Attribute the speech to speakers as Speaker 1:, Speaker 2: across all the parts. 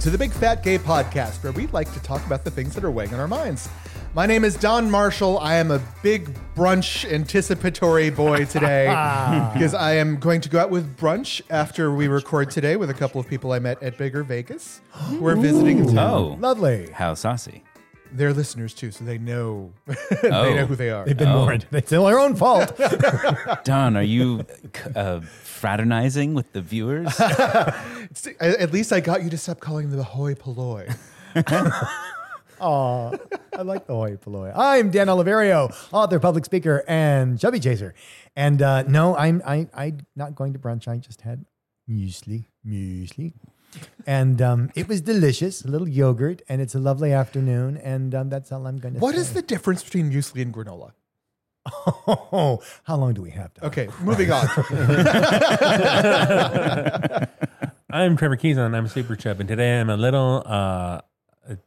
Speaker 1: to the Big Fat Gay Podcast, where we like to talk about the things that are weighing on our minds. My name is Don Marshall. I am a big brunch anticipatory boy today because I am going to go out with brunch after we record today with a couple of people I met at Bigger Vegas. We're visiting in town.
Speaker 2: Oh,
Speaker 3: Lovely.
Speaker 2: how saucy.
Speaker 1: They're listeners too, so they know they
Speaker 2: Oh.
Speaker 1: know who they are.
Speaker 3: They've been warned. It's their own fault.
Speaker 2: Don, are you c- uh, fraternizing with the viewers?
Speaker 1: Uh, It's- I- At least I got you to stop calling them the hoi polloi.
Speaker 3: Aw, I like the hoi polloi. I'm Dan Oliverio, author, public speaker, and chubby chaser. And uh, no, I'm I I'm not going to brunch. I just had muesli, muesli, and um, it was delicious. A little yogurt, and it's a lovely afternoon. And um, that's all I'm going to.
Speaker 1: What
Speaker 3: say.
Speaker 1: is the difference between muesli and granola?
Speaker 3: Oh, how long do we have? Doc?
Speaker 1: Okay, moving on.
Speaker 4: I'm Trevor Keys and I'm Super Chub, and today I'm a little uh, a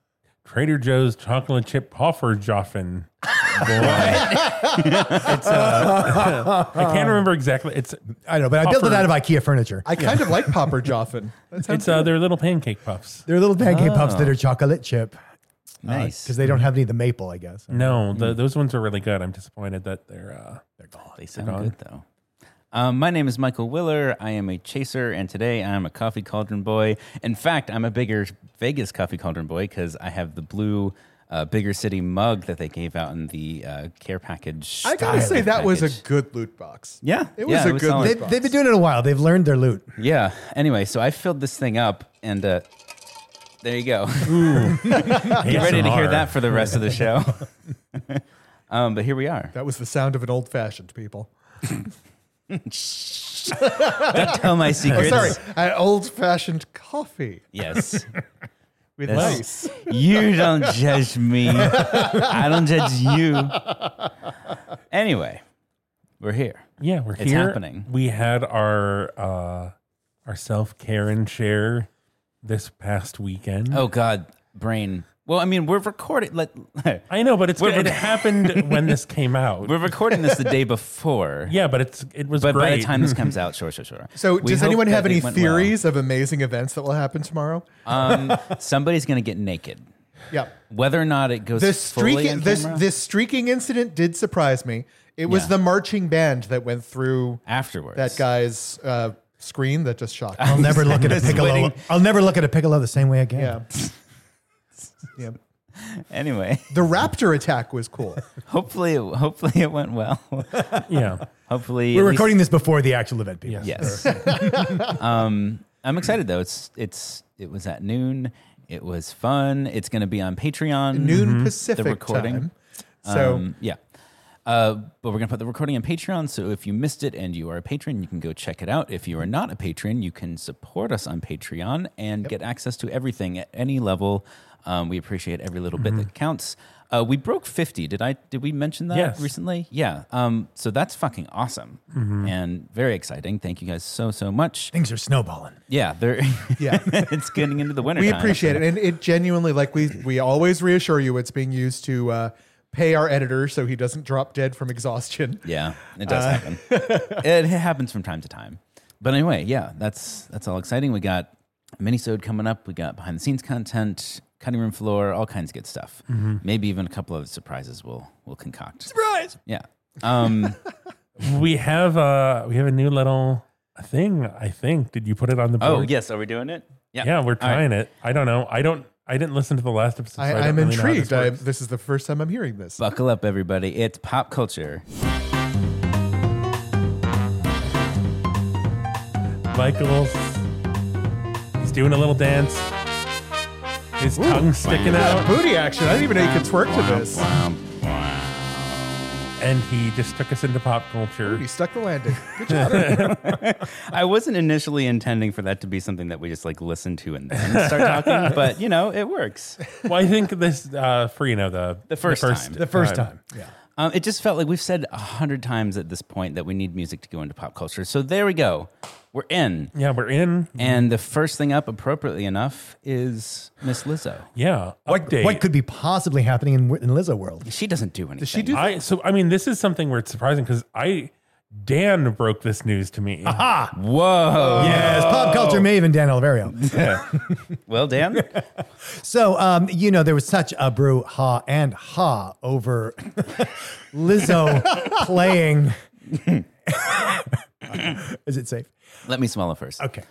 Speaker 4: Trader Joe's chocolate chip hoffer joffin. Boy. it's, uh, I can't remember exactly. It's
Speaker 3: I know, but I built it
Speaker 4: Offer-
Speaker 3: out of IKEA furniture.
Speaker 1: I kind of like Popper Joffin. That sounds
Speaker 4: it's uh, they're little pancake puffs.
Speaker 3: They're little pancake
Speaker 1: Oh.
Speaker 3: puffs that are chocolate chip
Speaker 2: nice.
Speaker 3: because they don't have any of the maple, I guess.
Speaker 4: No, the, those ones are really good. I'm disappointed that they're. Uh,
Speaker 2: They sound good though. Um, my name is Michael Willer. I am a chaser, and today I'm a coffee cauldron boy. In fact, I'm a bigger Vegas coffee cauldron boy because I have the blue uh, bigger city mug that they gave out in the uh, care package.
Speaker 1: I gotta
Speaker 2: style
Speaker 1: say that was a
Speaker 2: package.
Speaker 1: good loot box.
Speaker 2: Yeah,
Speaker 1: it was
Speaker 2: yeah,
Speaker 1: a
Speaker 2: it was
Speaker 1: good.
Speaker 2: solid.
Speaker 3: They,
Speaker 1: loot box.
Speaker 3: they've been doing it a while. They've learned their loot.
Speaker 2: yeah. Anyway, so I filled this thing up, and uh, there you go. Get ready to hear
Speaker 4: ASMR.
Speaker 2: that for the rest of the show. um, but here we are.
Speaker 1: that was the sound of an old fashioned people.
Speaker 2: Don't tell my secrets.
Speaker 1: Oh, Sorry, an old fashioned coffee
Speaker 2: Yes.
Speaker 1: with
Speaker 2: That's-
Speaker 1: ice.
Speaker 2: You don't judge me. I don't judge you. Anyway, we're here.
Speaker 4: Yeah, we're
Speaker 2: It's
Speaker 4: here.
Speaker 2: happening.
Speaker 4: We had our uh, our self care and share this past weekend.
Speaker 2: Oh God, brain. Well, I mean, we're recording. Let,
Speaker 4: I know, but it's
Speaker 2: We're-
Speaker 4: it happened when this came out.
Speaker 2: we're recording this the day before.
Speaker 4: Yeah, but it's it was
Speaker 2: But
Speaker 4: great.
Speaker 2: by the time this comes out, sure, sure, sure.
Speaker 1: So,
Speaker 2: We
Speaker 1: does
Speaker 2: hope
Speaker 1: anyone
Speaker 2: that
Speaker 1: have
Speaker 2: it
Speaker 1: any
Speaker 2: went
Speaker 1: theories of amazing events that will happen tomorrow?
Speaker 2: well. Um, somebody's gonna get naked.
Speaker 1: Yeah,
Speaker 2: Whether or not it goes
Speaker 1: this
Speaker 2: fully
Speaker 1: streaking
Speaker 2: on
Speaker 1: this
Speaker 2: camera,
Speaker 1: this streaking incident did surprise me. It was
Speaker 2: Yeah.
Speaker 1: the marching band that went through
Speaker 2: afterwards,
Speaker 1: that guy's uh, screen that just shocked
Speaker 2: Oh.
Speaker 3: I'll
Speaker 1: me.
Speaker 3: never look at a
Speaker 2: Just
Speaker 3: piccolo.
Speaker 2: waiting.
Speaker 3: I'll never look at a piccolo the same way again.
Speaker 1: yeah. yeah.
Speaker 2: Anyway,
Speaker 1: The raptor attack was cool.
Speaker 2: Mm-hmm. hopefully, it, hopefully it went well.
Speaker 4: yeah,
Speaker 2: hopefully,
Speaker 3: We're
Speaker 2: at least-
Speaker 3: recording this before the actual event, people.
Speaker 4: Yes.
Speaker 2: Yes. um, I'm excited though. It's it's it was at noon. It was fun. It's going to be on Patreon.
Speaker 1: Noon Pacific
Speaker 2: recording.
Speaker 1: time. So
Speaker 2: Um, yeah. Uh, but we're going to put the recording on Patreon. So if you missed it and you are a patron, you can go check it out. If you are not a patron, you can support us on Patreon and get access to everything at any level. Um, we appreciate every little bit
Speaker 1: Mm-hmm.
Speaker 2: that counts. Uh, we broke 50. Did I did we mention that
Speaker 4: Yes.
Speaker 2: recently? Yeah. Um, so that's fucking awesome
Speaker 1: Mm-hmm.
Speaker 2: and very exciting. Thank you guys so so much.
Speaker 3: Things are snowballing.
Speaker 2: Yeah, they're
Speaker 1: Yeah.
Speaker 2: it's getting into the winter.
Speaker 1: we
Speaker 2: time.
Speaker 1: appreciate it and it genuinely like we we always reassure you it's being used to uh pay our editor so he doesn't drop dead from exhaustion
Speaker 2: Yeah, it
Speaker 4: Uh,
Speaker 2: does happen. it happens from time to time. But anyway, yeah, that's that's all exciting. We got a minisode coming up. We got behind the scenes content, cutting room floor, all kinds of good stuff.
Speaker 4: Mm-hmm.
Speaker 2: Maybe even a couple of surprises we'll we'll concoct. Surprise! Yeah. Um,
Speaker 4: we have uh we have a new little thing. I think. Did you put it on the board?
Speaker 2: oh yes, are we doing it?
Speaker 4: Yeah, we're
Speaker 2: All right.
Speaker 4: trying it. I don't know. I don't. I didn't listen to the last episode. so
Speaker 1: I,
Speaker 4: I don't
Speaker 1: i'm
Speaker 4: really know how
Speaker 1: intrigued
Speaker 4: this
Speaker 1: I,
Speaker 4: works.
Speaker 1: this is the first time i'm hearing this
Speaker 2: Buckle up, everybody. It's pop culture.
Speaker 4: Michael's. He's doing a little dance. His tongue's sticking out,
Speaker 1: booty action i didn't even know you could twerk to this
Speaker 2: Um,
Speaker 4: and he just took us into pop culture.
Speaker 1: he stuck the landing good job
Speaker 2: I wasn't initially intending for that to be something that we just like listen to and then start talking, but you know, it works.
Speaker 4: well, I think this uh, for you know the
Speaker 2: The first time.
Speaker 3: The first time. Yeah.
Speaker 2: Um, it just felt like we've said a hundred times at this point that we need music to go into pop culture. So there we go. We're in.
Speaker 4: Yeah, we're in.
Speaker 2: And the first thing up, appropriately enough, is Miss Lizzo.
Speaker 4: Yeah,
Speaker 3: What,
Speaker 4: update.
Speaker 3: what could be possibly happening in, in Lizzo world?
Speaker 2: She doesn't do anything. Uh,
Speaker 1: she do
Speaker 4: I so I mean this is something where it's surprising because I Dan broke this news to me.
Speaker 2: Whoa.
Speaker 3: Yes,
Speaker 4: Oh.
Speaker 3: pop culture maven Dan Oliverio.
Speaker 2: Well, Dan,
Speaker 3: so, um, you know, there was such a brew ha and ha over Lizzo playing. Is it safe?
Speaker 2: let me swallow first.
Speaker 3: Okay.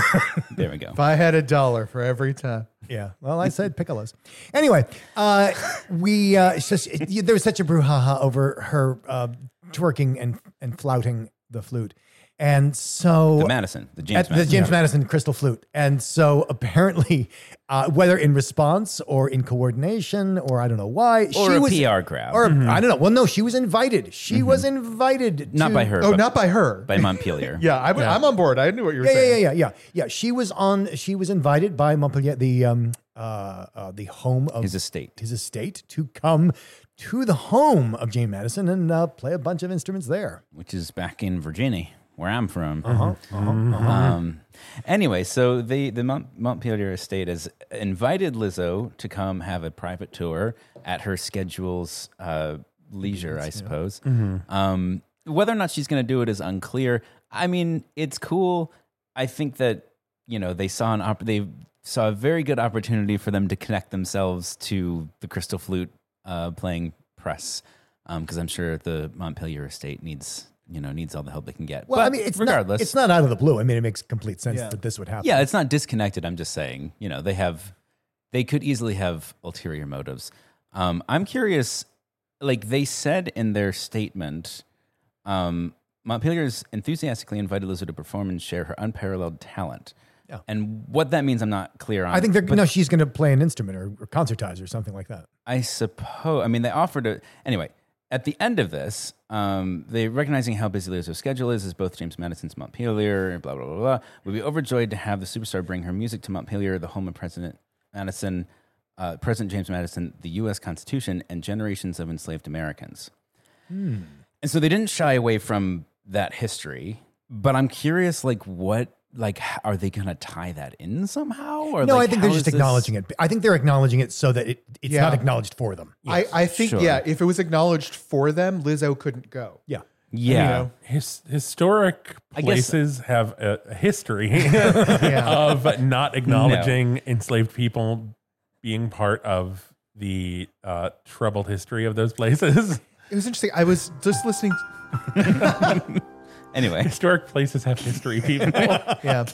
Speaker 2: There we go.
Speaker 1: If I had a dollar for every time.
Speaker 3: Yeah. Well, I said piccolos. Anyway, uh, we uh, it's just, it- there was such a brouhaha over her uh, twerking and and flouting the flute, and so
Speaker 2: The Madison, the James
Speaker 3: at the
Speaker 2: Madison.
Speaker 3: James Madison crystal flute. And so apparently, uh, whether in response or in coordination or I don't know why,
Speaker 2: Or
Speaker 3: she
Speaker 2: a
Speaker 3: was
Speaker 2: PR grab.
Speaker 3: or I don't know. Well, no, she was invited. She was invited.
Speaker 2: Mm-hmm. not
Speaker 3: to-
Speaker 2: by her.
Speaker 1: Oh,
Speaker 2: but
Speaker 1: not by her.
Speaker 2: by Montpelier.
Speaker 1: yeah, I, am on board. I knew what you were
Speaker 3: Yeah,
Speaker 1: saying.
Speaker 3: yeah, yeah, yeah, yeah, yeah. She was on. She was invited by Montpellier, the um, uh, uh, the home of
Speaker 2: His estate.
Speaker 3: his estate, to come to the home of Jane Madison and uh, play a bunch of instruments there.
Speaker 2: which is back in Virginia, where I'm from.
Speaker 3: Uh-huh.
Speaker 2: Um, anyway, so the the Mont- Montpelier estate has invited Lizzo to come have a private tour at her schedule's uh, leisure, I suppose.
Speaker 3: Mm-hmm.
Speaker 2: Um, whether or not she's going to do it is unclear. I mean, it's cool. I think that you know they saw an op- they saw a very good opportunity for them to connect themselves to the crystal flute uh, playing press because I'm sure the Montpelier estate needs you know needs all the help they can get.
Speaker 3: Well,
Speaker 2: But
Speaker 3: I mean, it's
Speaker 2: regardless,
Speaker 3: not, it's not out of the blue. I mean, it makes complete sense that this would happen.
Speaker 2: yeah, it's not disconnected. I'm just saying, you know, they have, they could easily have ulterior motives. Um, I'm curious, like they said in their statement, um, Montpelier's enthusiastically invited Lizzo to perform and share her unparalleled talent.
Speaker 3: Yeah.
Speaker 2: And what that means, I'm not clear on.
Speaker 3: I think they're no. She's going to play an instrument or, or concertize or something like that.
Speaker 2: I suppose. I mean, they offered a anyway. At the end of this, um, they recognizing how busy Lizzo's schedule is, as both James Madison's Montpelier, blah blah blah blah. We'd be overjoyed to have the superstar bring her music to Montpelier, the home of President Madison, uh, President James Madison, the U.S. Constitution, and generations of enslaved Americans.
Speaker 3: Hmm.
Speaker 2: And so they didn't shy away from that history. But I'm curious, like, what, like, h- are they going to tie that in somehow? Or
Speaker 3: No,
Speaker 2: like,
Speaker 3: I think they're
Speaker 2: how
Speaker 3: just
Speaker 2: is this-
Speaker 3: acknowledging it. I think they're acknowledging it so that it, it's
Speaker 1: Yeah.
Speaker 3: not acknowledged for them.
Speaker 1: I, I think,
Speaker 2: Sure.
Speaker 1: yeah, if it was acknowledged for them, Lizzo couldn't go.
Speaker 3: Yeah.
Speaker 2: Yeah.
Speaker 1: know.
Speaker 4: His, historic
Speaker 2: guess-
Speaker 4: places have a a history
Speaker 1: Yeah.
Speaker 4: of not acknowledging enslaved people being part of the uh, troubled history of those places.
Speaker 1: It was interesting. I was just listening.
Speaker 2: Anyway.
Speaker 4: historic places have history, people.
Speaker 1: Yeah.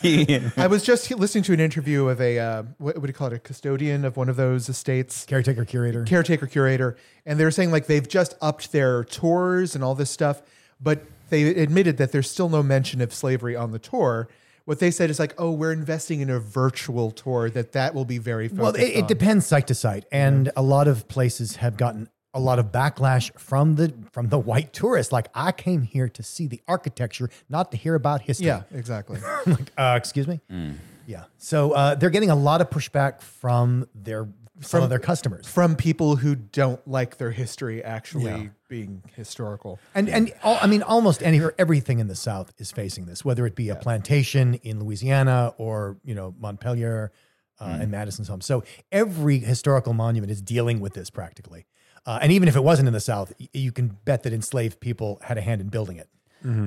Speaker 1: I was just listening to an interview of a, uh, what, what do you call it, a custodian of one of those estates.
Speaker 3: Caretaker, curator.
Speaker 1: caretaker curator and they were saying like they've just upped their tours and all this stuff but they admitted that there's still no mention of slavery on the tour what they said is like oh we're investing in a virtual tour that that will be very focused
Speaker 3: Well, it, it
Speaker 1: on.
Speaker 3: depends site to site, and a lot of places have gotten a lot of backlash from the from the white tourists. Like, I came here to see the architecture, not to hear about history.
Speaker 1: yeah exactly
Speaker 3: Uh, excuse me. Yeah. So uh, they're getting a lot of pushback from their some of their customers.
Speaker 1: from people who don't like their history actually being historical
Speaker 3: And and all, I mean, almost any everything in the South is facing this, whether it be a plantation in Louisiana or you know Montpelier uh, and Madison's home. So every historical monument is dealing with this practically. Uh, and even if it wasn't in the South, y- you can bet that enslaved people had a hand in building it.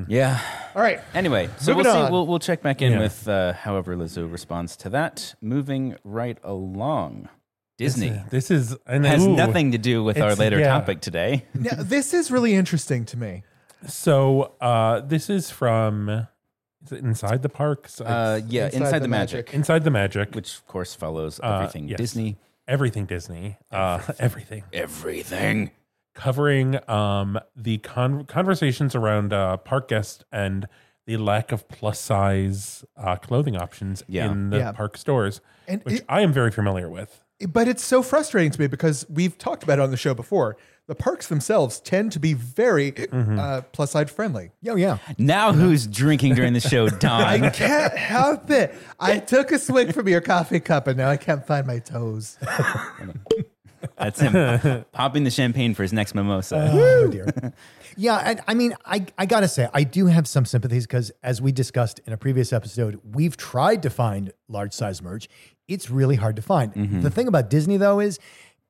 Speaker 2: Yeah.
Speaker 1: all right
Speaker 2: Anyway, so
Speaker 1: Moving
Speaker 2: we'll see.
Speaker 1: on.
Speaker 2: We'll, we'll check back in with uh, however Lizzo responds to that. Moving right along, Disney
Speaker 4: this is and
Speaker 2: has
Speaker 4: ooh.
Speaker 2: nothing to do with our
Speaker 4: It's-
Speaker 2: later
Speaker 4: yeah.
Speaker 2: topic today.
Speaker 1: now this is really interesting to me
Speaker 4: So uh, this is from is it inside the parks?
Speaker 2: Uh, yeah, Inside, the, Magic,
Speaker 4: inside the magic,
Speaker 2: which of course follows
Speaker 4: Uh,
Speaker 2: everything
Speaker 4: yes.
Speaker 2: Disney.
Speaker 4: everything Disney, uh, everything.
Speaker 2: Everything.
Speaker 4: covering um, the con- conversations around uh, park guests and the lack of plus size uh, clothing options
Speaker 2: Yeah.
Speaker 4: in the
Speaker 1: Yeah.
Speaker 4: park stores,
Speaker 1: And
Speaker 4: which
Speaker 1: it-
Speaker 4: I am very familiar with.
Speaker 1: but it's so frustrating to me because we've talked about it on the show before. The parks themselves tend to be very
Speaker 3: Mm-hmm.
Speaker 1: uh, plus side friendly.
Speaker 3: Yeah, yeah.
Speaker 2: Now who's drinking during the show,
Speaker 1: I
Speaker 2: Don?
Speaker 1: can't help it. I took a swig from your coffee cup and now I can't find my toes.
Speaker 2: That's him popping the champagne for his next mimosa.
Speaker 3: Oh dear. yeah, and I mean, I, I gotta say, I do have some sympathies because as we discussed in a previous episode, we've tried to find large size merch. It's really hard to find. The thing about Disney though is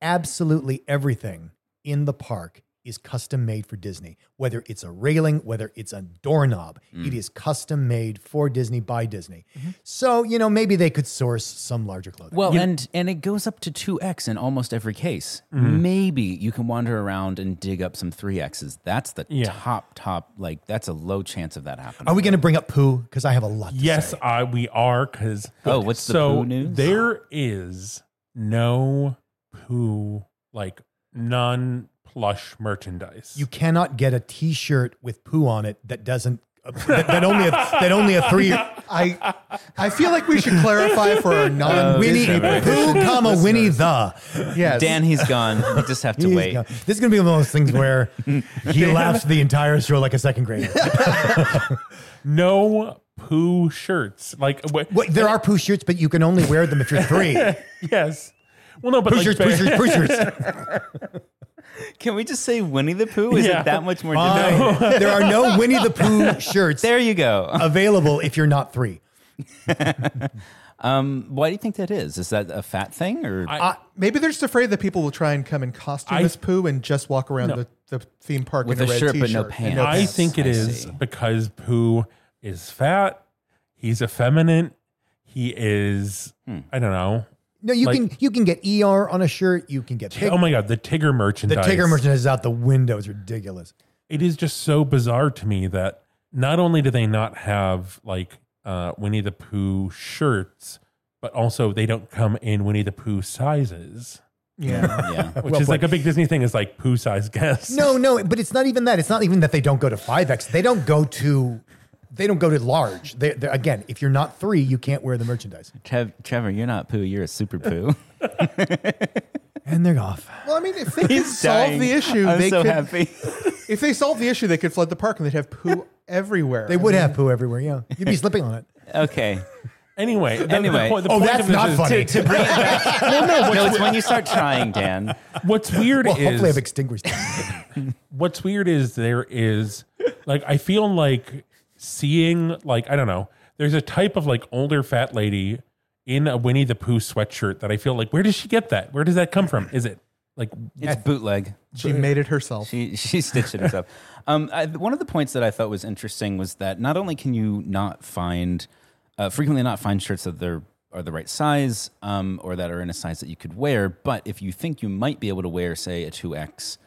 Speaker 3: absolutely everything in the park is custom made for Disney. Whether it's a railing, whether it's a doorknob, it is custom made for Disney by Disney. So, you know, maybe they could source some larger clothing.
Speaker 2: Well, and and it goes up to two X in almost every case. Maybe you can wander around and dig up some three X's. That's the
Speaker 4: Yeah.
Speaker 2: top top. Like that's a low chance of that happening.
Speaker 3: Are we going to bring up poo? Because I have a lot to
Speaker 4: Yes,
Speaker 3: say.
Speaker 4: I we are because
Speaker 2: Oh, what's the
Speaker 4: so
Speaker 2: poo news?
Speaker 4: There is no poo like non plush merchandise.
Speaker 3: You cannot get a T-shirt with poo on it that doesn't uh, that, that only a, that only a three
Speaker 1: I I feel like we should clarify for our non
Speaker 3: uh, Winnie
Speaker 1: Disney
Speaker 3: poo comma Winnie the.
Speaker 1: Yes.
Speaker 2: Dan, he's gone. We just have to
Speaker 3: He's
Speaker 2: wait.
Speaker 3: gone. This is gonna be one of those things where he laughs the entire show like a second grader.
Speaker 4: no poo shirts. Like what?
Speaker 3: Wait, there are poo shirts, but you can only wear them if you're three.
Speaker 4: Yes. Well, no, but
Speaker 3: Poo
Speaker 4: like,
Speaker 3: shirts, poo shirts, poo shirts.
Speaker 2: Can we just say Winnie the Pooh? Is
Speaker 4: Yeah.
Speaker 2: it that much more difficult?
Speaker 3: Fine. Um, There are no Winnie the Pooh shirts
Speaker 2: There you go.
Speaker 3: available if you're not three.
Speaker 2: Why do you think that is? Is that a fat thing or
Speaker 1: Uh, Maybe they're just afraid that people will try and come in costume
Speaker 4: I-
Speaker 1: as poo and just walk around the, the theme park
Speaker 2: With
Speaker 1: in a,
Speaker 2: a
Speaker 1: red
Speaker 2: shirt but no
Speaker 1: t-shirt and
Speaker 2: pants.
Speaker 4: I
Speaker 2: Yes,
Speaker 4: think it
Speaker 2: I
Speaker 4: is
Speaker 2: see.
Speaker 4: because Pooh is fat. He's effeminate. He is.
Speaker 2: Hmm.
Speaker 4: I don't know.
Speaker 3: No, you
Speaker 4: Like-
Speaker 3: can you can get ER on a shirt. You can get Tig-
Speaker 4: oh my god, the Tigger
Speaker 3: the
Speaker 4: merchandise.
Speaker 3: Tigger merchandise is out the window. It's ridiculous.
Speaker 4: It is just so bizarre to me that not only do they not have like uh, Winnie the Pooh shirts, but also they don't come in Winnie the Pooh sizes,
Speaker 1: Yeah.
Speaker 2: yeah?
Speaker 4: which
Speaker 3: Well
Speaker 4: is like a big Disney thing. Is like Pooh size guests.
Speaker 3: No, no, but it's not even that. It's not even that they don't go to five X. They don't go to they don't go to large. They, they, again, if you're not three, you can't wear the merchandise.
Speaker 2: Trev, Trevor, you're not Pooh. You're a super Pooh.
Speaker 3: And they're off.
Speaker 1: Well, I mean, if they could
Speaker 2: He's
Speaker 1: solve
Speaker 2: dying.
Speaker 1: the issue,
Speaker 2: I'm
Speaker 1: they
Speaker 2: so
Speaker 1: could.
Speaker 2: happy.
Speaker 1: If they solved the issue, they could flood the park and they'd have poo everywhere.
Speaker 3: They would have poo everywhere. Yeah, you'd be slipping on it.
Speaker 2: okay.
Speaker 4: Anyway, the,
Speaker 2: Anyway.
Speaker 4: the, point- the
Speaker 3: Oh,
Speaker 4: point
Speaker 3: that's
Speaker 4: of this
Speaker 3: not
Speaker 4: is-
Speaker 3: funny.
Speaker 2: no, it's when you start trying, Dan.
Speaker 4: What's weird
Speaker 3: well,
Speaker 4: is
Speaker 3: hopefully, I've extinguished. it.
Speaker 4: what's weird is there is like I feel like seeing like I don't know. There's a type of like older fat lady in a Winnie the Pooh sweatshirt that I feel like where does she get that? Where does that come from? Is it like
Speaker 2: It's bootleg.
Speaker 1: She made it herself.
Speaker 2: She she stitched it up. Um, I, one of the points that I thought was interesting was that not only can you not find, uh, frequently not find shirts that they're are the right size, um, or that are in a size that you could wear, but if you think you might be able to wear, say, a two X,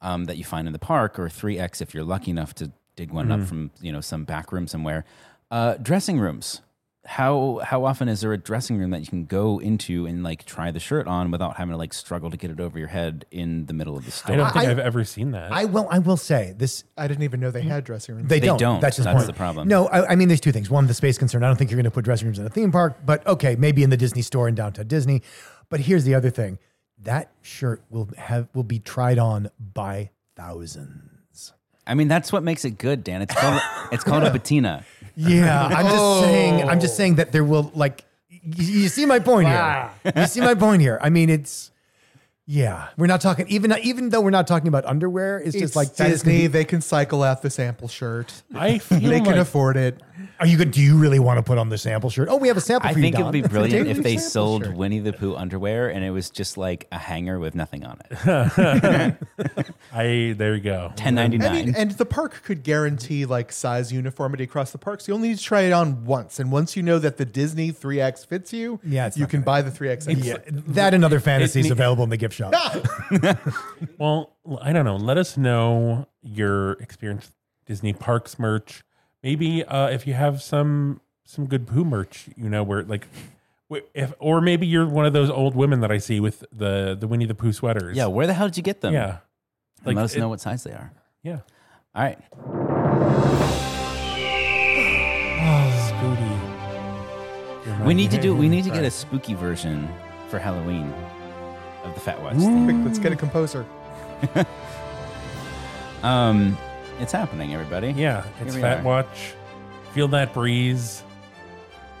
Speaker 2: um, that you find in the park, or three X if you're lucky enough to dig one up from you know some back room somewhere, uh, dressing rooms. How how often is there a dressing room that you can go into and like try the shirt on without having to like struggle to get it over your head in the middle of the store?
Speaker 4: I don't think I,
Speaker 3: I-
Speaker 4: have ever seen that.
Speaker 3: I will. I will say this.
Speaker 1: I didn't even know they had dressing rooms.
Speaker 3: They,
Speaker 2: They
Speaker 3: don't.
Speaker 2: don't.
Speaker 3: That's his
Speaker 2: That's
Speaker 3: point.
Speaker 2: the problem.
Speaker 3: No, I, I mean, there's two things. One, the space concern. I don't think you're going to put dressing rooms in a theme park, but okay, maybe in the Disney store in downtown Disney. But here's the other thing: that shirt will have will be tried on by thousands.
Speaker 2: I mean, that's what makes it good, Dan. It's called it's called a patina.
Speaker 3: Yeah, I'm just saying. I'm just
Speaker 1: Oh.
Speaker 3: saying that there will like. y- You see my point here. You see my point here. I mean, it's yeah. We're not talking even even though we're not talking about underwear. It's,
Speaker 1: It's
Speaker 3: just like that is gonna
Speaker 1: Disney.
Speaker 3: Be,
Speaker 1: they can cycle out the sample shirt.
Speaker 4: I feel
Speaker 1: They
Speaker 4: like
Speaker 1: can afford it.
Speaker 3: are you good? Do you really want to put on the sample shirt? Oh, we have a sample.
Speaker 2: I
Speaker 3: for
Speaker 2: think
Speaker 3: you,
Speaker 2: it would be
Speaker 3: Don.
Speaker 2: brilliant if they
Speaker 1: sample
Speaker 2: sold
Speaker 1: shirt.
Speaker 2: Winnie the Pooh underwear and it was just like a hanger with nothing on it.
Speaker 4: I there you go.
Speaker 2: Ten ninety
Speaker 1: I mean,
Speaker 2: nine.
Speaker 1: and the park could guarantee like size uniformity across the parks. you only need to try it on once, and once you know that the Disney 3X fits you,
Speaker 3: Yeah, it's
Speaker 1: you
Speaker 3: not
Speaker 1: can
Speaker 3: gonna-
Speaker 1: buy the 3X.
Speaker 3: Yeah, that and other fantasies available in the gift shop.
Speaker 4: Well, I don't know. Let us know your experience with Disney parks merch. Maybe uh, if you have some some good poo merch, you know, where like wh- if or maybe you're one of those old women that I see with the the Winnie the Pooh sweaters.
Speaker 2: yeah, where the hell did you get them?
Speaker 4: yeah,
Speaker 2: And let us
Speaker 4: it-
Speaker 2: know what size they are.
Speaker 4: yeah.
Speaker 2: All right.
Speaker 4: Spooty.
Speaker 2: We need to do we need to get a spooky version for Halloween of the Fat Wives thing.
Speaker 1: Quick, let's get a composer.
Speaker 2: Um it's happening, everybody.
Speaker 4: Yeah, it's
Speaker 2: we
Speaker 4: Fat
Speaker 2: are.
Speaker 4: Watch. Feel that breeze.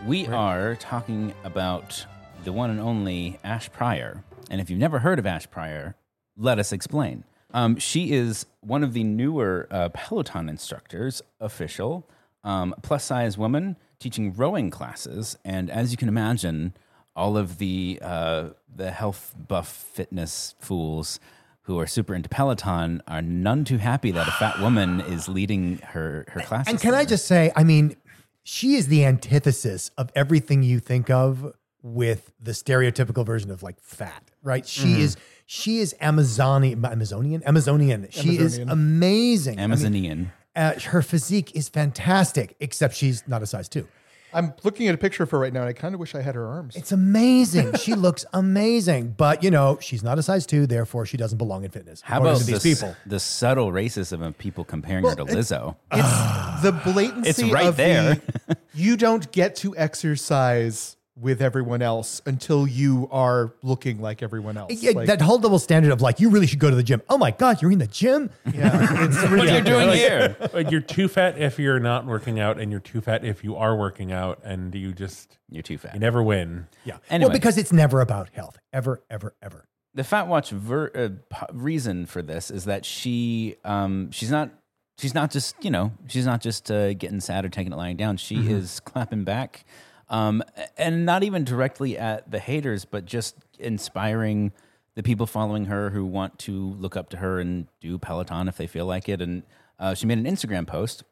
Speaker 2: We are talking about the one and only Ash Pryor. And if you've never heard of Ash Pryor, let us explain. Um, she is one of the newer uh, Peloton instructors, official, um, plus size woman, teaching rowing classes. And as you can imagine, all of the, uh, the health buff fitness fools who are super into Peloton are none too happy that a fat woman is leading her her classes.
Speaker 3: And can I
Speaker 2: there.
Speaker 3: just say, I mean, she is the antithesis of everything you think of with the stereotypical version of like fat, right? She
Speaker 1: Mm-hmm.
Speaker 3: is she is Amazonian, Amazonian, Amazonian. She is
Speaker 1: Amazonian.
Speaker 3: amazing. I mean,
Speaker 2: Amazonian?
Speaker 3: uh, her physique is fantastic, except she's not a size two.
Speaker 1: I'm looking at a picture of her right now, and I kind of wish I had her arms.
Speaker 3: It's amazing. she looks amazing, but you know she's not a size two, therefore she doesn't belong in fitness.
Speaker 2: How
Speaker 3: according
Speaker 2: about
Speaker 3: to these
Speaker 2: the s-
Speaker 3: people?
Speaker 2: the subtle racism of people comparing her to Lizzo?
Speaker 1: It's the blatancy
Speaker 2: It's right
Speaker 1: of
Speaker 2: there.
Speaker 1: the you don't get to exercise with everyone else until you are looking like everyone else.
Speaker 3: Yeah,
Speaker 1: Like,
Speaker 3: that whole double standard of like you really should go to the gym. Oh my god, you're in the gym.
Speaker 1: yeah, it's really
Speaker 2: What are you doing
Speaker 4: Like-
Speaker 2: here?
Speaker 4: Like you're too fat if you're not working out, and you're too fat if you are working out, and you just
Speaker 2: You're too fat.
Speaker 4: you never win.
Speaker 3: Yeah.
Speaker 2: Anyway.
Speaker 3: Well, because it's never about health, ever, ever, ever.
Speaker 2: the Fat Watch ver- uh, p- reason for this is that she um, she's not she's not just you know she's not just uh, getting sad or taking it lying down. She
Speaker 3: Mm-hmm.
Speaker 2: is clapping back, um, a- and not even directly at the haters, but just inspiring the people following her who want to look up to her and do Peloton if they feel like it. And uh, she made an Instagram post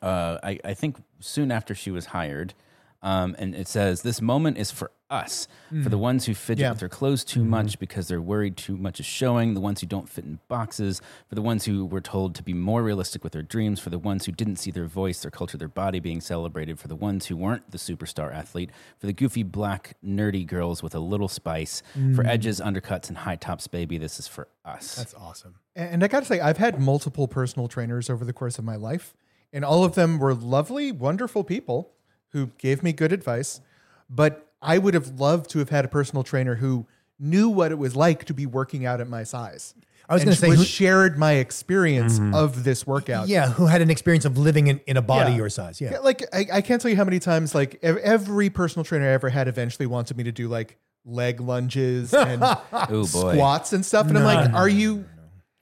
Speaker 2: uh, I, I think soon after she was hired. Um, and it says, This moment is for us, for
Speaker 4: Mm.
Speaker 2: the ones who fidget with their clothes
Speaker 4: Mm-hmm.
Speaker 2: too much because they're worried too much is showing, the ones who don't fit in boxes, for the ones who were told to be more realistic with their dreams, for the ones who didn't see their voice, their culture, their body being celebrated, for the ones who weren't the superstar athlete, for the goofy black nerdy girls with a little spice,
Speaker 4: Mm.
Speaker 2: for edges, undercuts, and high tops, baby. This is for us.
Speaker 3: That's awesome.
Speaker 1: And I got to say, I've had multiple personal trainers over the course of my life, and all of them were lovely, wonderful people who gave me good advice. But I would have loved to have had a personal trainer who knew what it was like to be working out at my size.
Speaker 3: I was
Speaker 1: and
Speaker 3: gonna say,
Speaker 1: was
Speaker 3: who- Mm-hmm.
Speaker 1: shared my experience of this workout.
Speaker 3: Uh, Yeah, who had an experience of living in, in a body
Speaker 1: Yeah.
Speaker 3: your size. Yeah.
Speaker 1: Yeah, like I, I can't tell you how many times like ev- every personal trainer I ever had eventually wanted me to do like leg lunges and
Speaker 2: Oh, boy.
Speaker 1: squats and stuff, and I'm like, are you?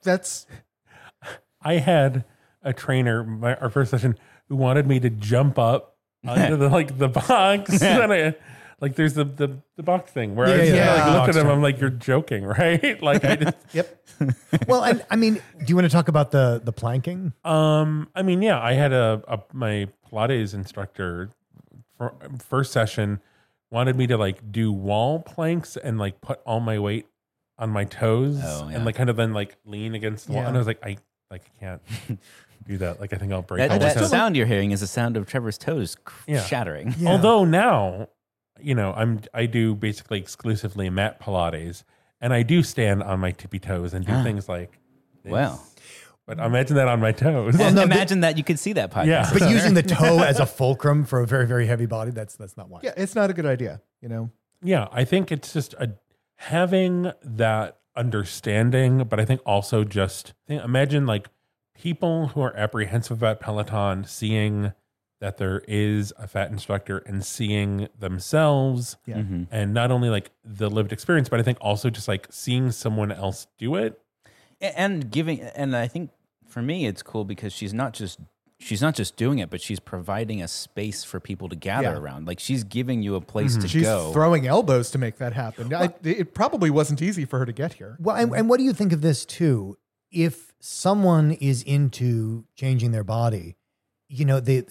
Speaker 1: That's
Speaker 4: I had a trainer my, our first session who wanted me to jump up onto the like the box and I, like there's the, the the box thing where I
Speaker 3: Yeah,
Speaker 4: just
Speaker 1: yeah,
Speaker 4: like
Speaker 1: yeah.
Speaker 4: looked
Speaker 3: Box
Speaker 4: at him
Speaker 3: thing.
Speaker 4: I'm like you're joking right like I just
Speaker 1: yep.
Speaker 3: well, and I mean, do you want to talk about the the planking?
Speaker 4: Um, I mean, yeah, I had a, a my Pilates instructor for first session wanted me to like do wall planks and like put all my weight on my toes
Speaker 2: Oh, yeah.
Speaker 4: and like kind of then like lean against the wall.
Speaker 1: Yeah.
Speaker 4: And I was like, I like I can't do that. Like I think I'll break. all
Speaker 2: That,
Speaker 4: my
Speaker 2: that
Speaker 4: toes.
Speaker 2: sound you're hearing is the sound of Trevor's toes cr-
Speaker 4: Yeah.
Speaker 2: shattering.
Speaker 3: Yeah.
Speaker 4: Although now, you know, I'm I do basically exclusively mat Pilates, and I do stand on my tippy toes and do
Speaker 2: Ah.
Speaker 4: things like. This.
Speaker 2: Wow.
Speaker 4: but imagine that on my toes.
Speaker 2: And
Speaker 3: no, the-
Speaker 2: imagine that you could see that podcast.
Speaker 4: Yeah.
Speaker 3: But using the toe as a fulcrum for a very, very heavy body, that's that's not wise.
Speaker 1: Yeah, it's not a good idea. You know,
Speaker 4: Yeah, I think it's just a, having that understanding, but I think also just think, imagine like people who are apprehensive about Peloton seeing that there is a fat instructor and seeing themselves
Speaker 1: Yeah.
Speaker 2: Mhm.
Speaker 4: and not only like the lived experience, but I think also just like seeing someone else do it.
Speaker 2: A- and giving and i think for me it's cool because she's not just she's not just doing it but she's providing a space for people to gather
Speaker 1: Yeah.
Speaker 2: around like she's giving you a place to
Speaker 1: she's
Speaker 2: go
Speaker 1: throwing elbows to make that happen. I, it probably wasn't easy for her to get here.
Speaker 3: Well, and, and what do you think of this too? If someone is into changing their body, you know the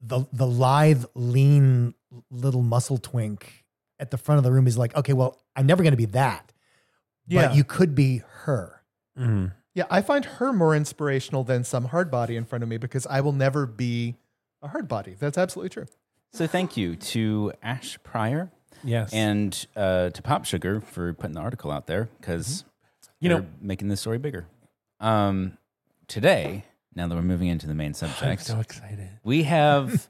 Speaker 3: the the lithe, lean little muscle twink at the front of the room is like, okay, well, I'm never going to be that,
Speaker 1: Yeah.
Speaker 3: but you could be her.
Speaker 4: Mm.
Speaker 1: Yeah, I find her more inspirational than some hard body in front of me because I will never be a hard body. That's absolutely true.
Speaker 2: so thank you to ash pryor
Speaker 4: Yes.
Speaker 2: and uh, to pop sugar for putting the article out there because you
Speaker 4: You know-
Speaker 2: know making this story bigger um, today now that we're moving into the main
Speaker 4: I'm
Speaker 2: subject
Speaker 4: so excited.
Speaker 2: we have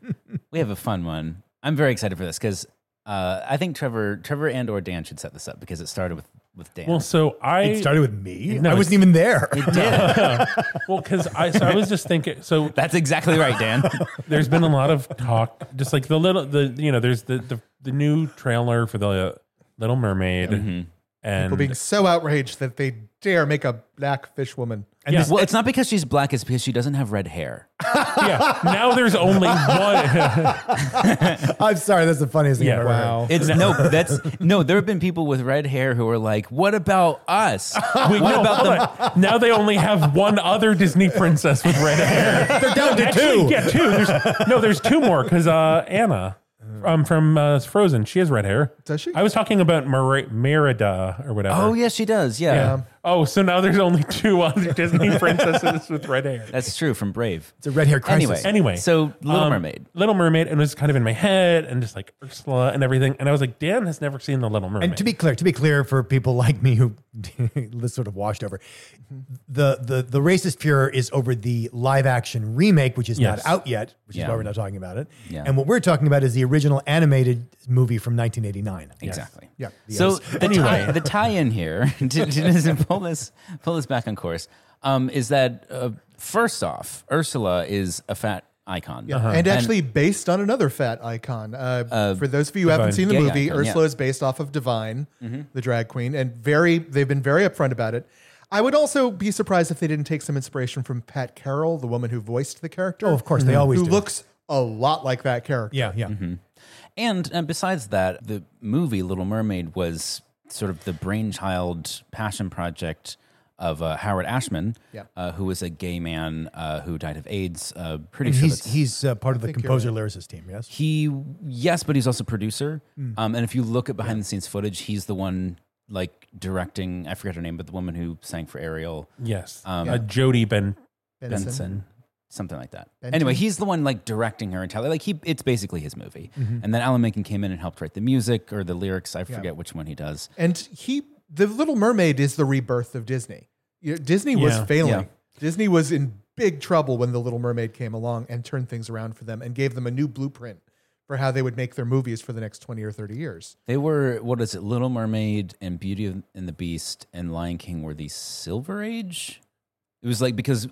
Speaker 2: we have a fun one. I'm very excited for this because uh, I think Trevor Trevor and or Dan should set this up because it started with with Dan.
Speaker 4: Well, so I
Speaker 3: It started with me.
Speaker 4: No,
Speaker 3: I wasn't even there.
Speaker 2: it did.
Speaker 4: well because I so I was just thinking so
Speaker 2: That's exactly right, Dan.
Speaker 4: there's been a lot of talk, just like the little, the you know, there's the the, the new trailer for the Little Mermaid, And
Speaker 1: for
Speaker 3: Mm.
Speaker 1: being so outraged that they dare make a black fish woman.
Speaker 4: yeah,
Speaker 2: Well, it's not because she's black, it's because she doesn't have red hair.
Speaker 4: yeah, now there's only one.
Speaker 3: I'm sorry, that's the funniest thing
Speaker 4: Yeah,
Speaker 3: I've ever heard.
Speaker 2: It's no, that's no, there have been people with red hair who are like, What about us?
Speaker 4: Wait,
Speaker 2: what
Speaker 4: no,
Speaker 2: about
Speaker 4: hold
Speaker 2: the
Speaker 4: on. Now they only have one other Disney princess with red hair. They're down to two. Yeah, two. There's, no, there's two more because uh, Anna um, from uh, Frozen, she has red hair.
Speaker 1: Does she?
Speaker 4: I was talking about Mer- Merida or whatever.
Speaker 2: Oh yes, she does. Yeah.
Speaker 4: Yeah. oh, so now there's only two other Disney princesses with red hair.
Speaker 2: That's true from Brave.
Speaker 3: It's a red hair crisis.
Speaker 2: Anyway.
Speaker 4: Anyway,
Speaker 2: So Little
Speaker 4: um,
Speaker 2: Mermaid.
Speaker 4: Little Mermaid, and it was kind of in my head, and just like Ursula and everything. And I was like, Dan has never seen the Little Mermaid.
Speaker 3: And to be clear, to be clear for people like me who this sort of washed over, the, the the racist furor is over the live action remake, which is
Speaker 4: Yes.
Speaker 3: not out yet, which is
Speaker 2: Yeah.
Speaker 3: why we're not talking about it.
Speaker 2: Yeah.
Speaker 3: And what we're talking about is the original animated movie from 1989.
Speaker 2: Exactly.
Speaker 1: Yeah.
Speaker 2: So the, tie, the tie-in here to, to just pull this pull this back on course um, is that uh, first off, Ursula is a fat icon.
Speaker 1: Uh-huh. And actually, based on another fat icon. Uh, for those of you who haven't
Speaker 4: Divine.
Speaker 1: seen the
Speaker 2: Gay
Speaker 1: movie,
Speaker 2: icon, yeah.
Speaker 1: Ursula is based off of Divine, the drag queen, and very they've been very upfront about it. I would also be surprised if they didn't take some inspiration from Pat Carroll, the woman who voiced the character. Mm-hmm.
Speaker 3: Oh, of course, they always
Speaker 1: who
Speaker 3: do.
Speaker 1: looks a lot like that character.
Speaker 3: yeah, yeah.
Speaker 2: Mm-hmm. And, and besides that, the movie Little Mermaid was sort of the brainchild passion project of uh, Howard Ashman,
Speaker 1: Yeah.
Speaker 2: uh, who was a gay man uh, who died of AIDS. Uh, pretty
Speaker 3: And
Speaker 2: sure
Speaker 3: he's
Speaker 2: that's-
Speaker 3: he's uh, part of the composer lyricist team. Yes.
Speaker 2: He yes, but he's also producer. Um, and if you look at behind the scenes footage, he's the one like directing. I forget her name, but the woman who sang for Ariel
Speaker 4: yes,
Speaker 2: Um,
Speaker 4: uh, Jodie Ben.
Speaker 1: Benson.
Speaker 2: Benson. Something like that.
Speaker 1: Benton?
Speaker 2: Anyway, he's the one like directing her entirely. Like he, it's basically his movie. And then Alan Menken came in and helped write the music or the lyrics. I forget which one he does.
Speaker 1: And he, the Little Mermaid, is the rebirth of Disney. You know, Disney was
Speaker 4: Yeah.
Speaker 1: failing.
Speaker 2: Yeah.
Speaker 1: Disney was in big trouble when the Little Mermaid came along and turned things around for them and gave them a new blueprint for how they would make their movies for the next twenty or thirty years.
Speaker 2: They were what is it? Little Mermaid and Beauty and the Beast and Lion King were the Silver Age. It was like because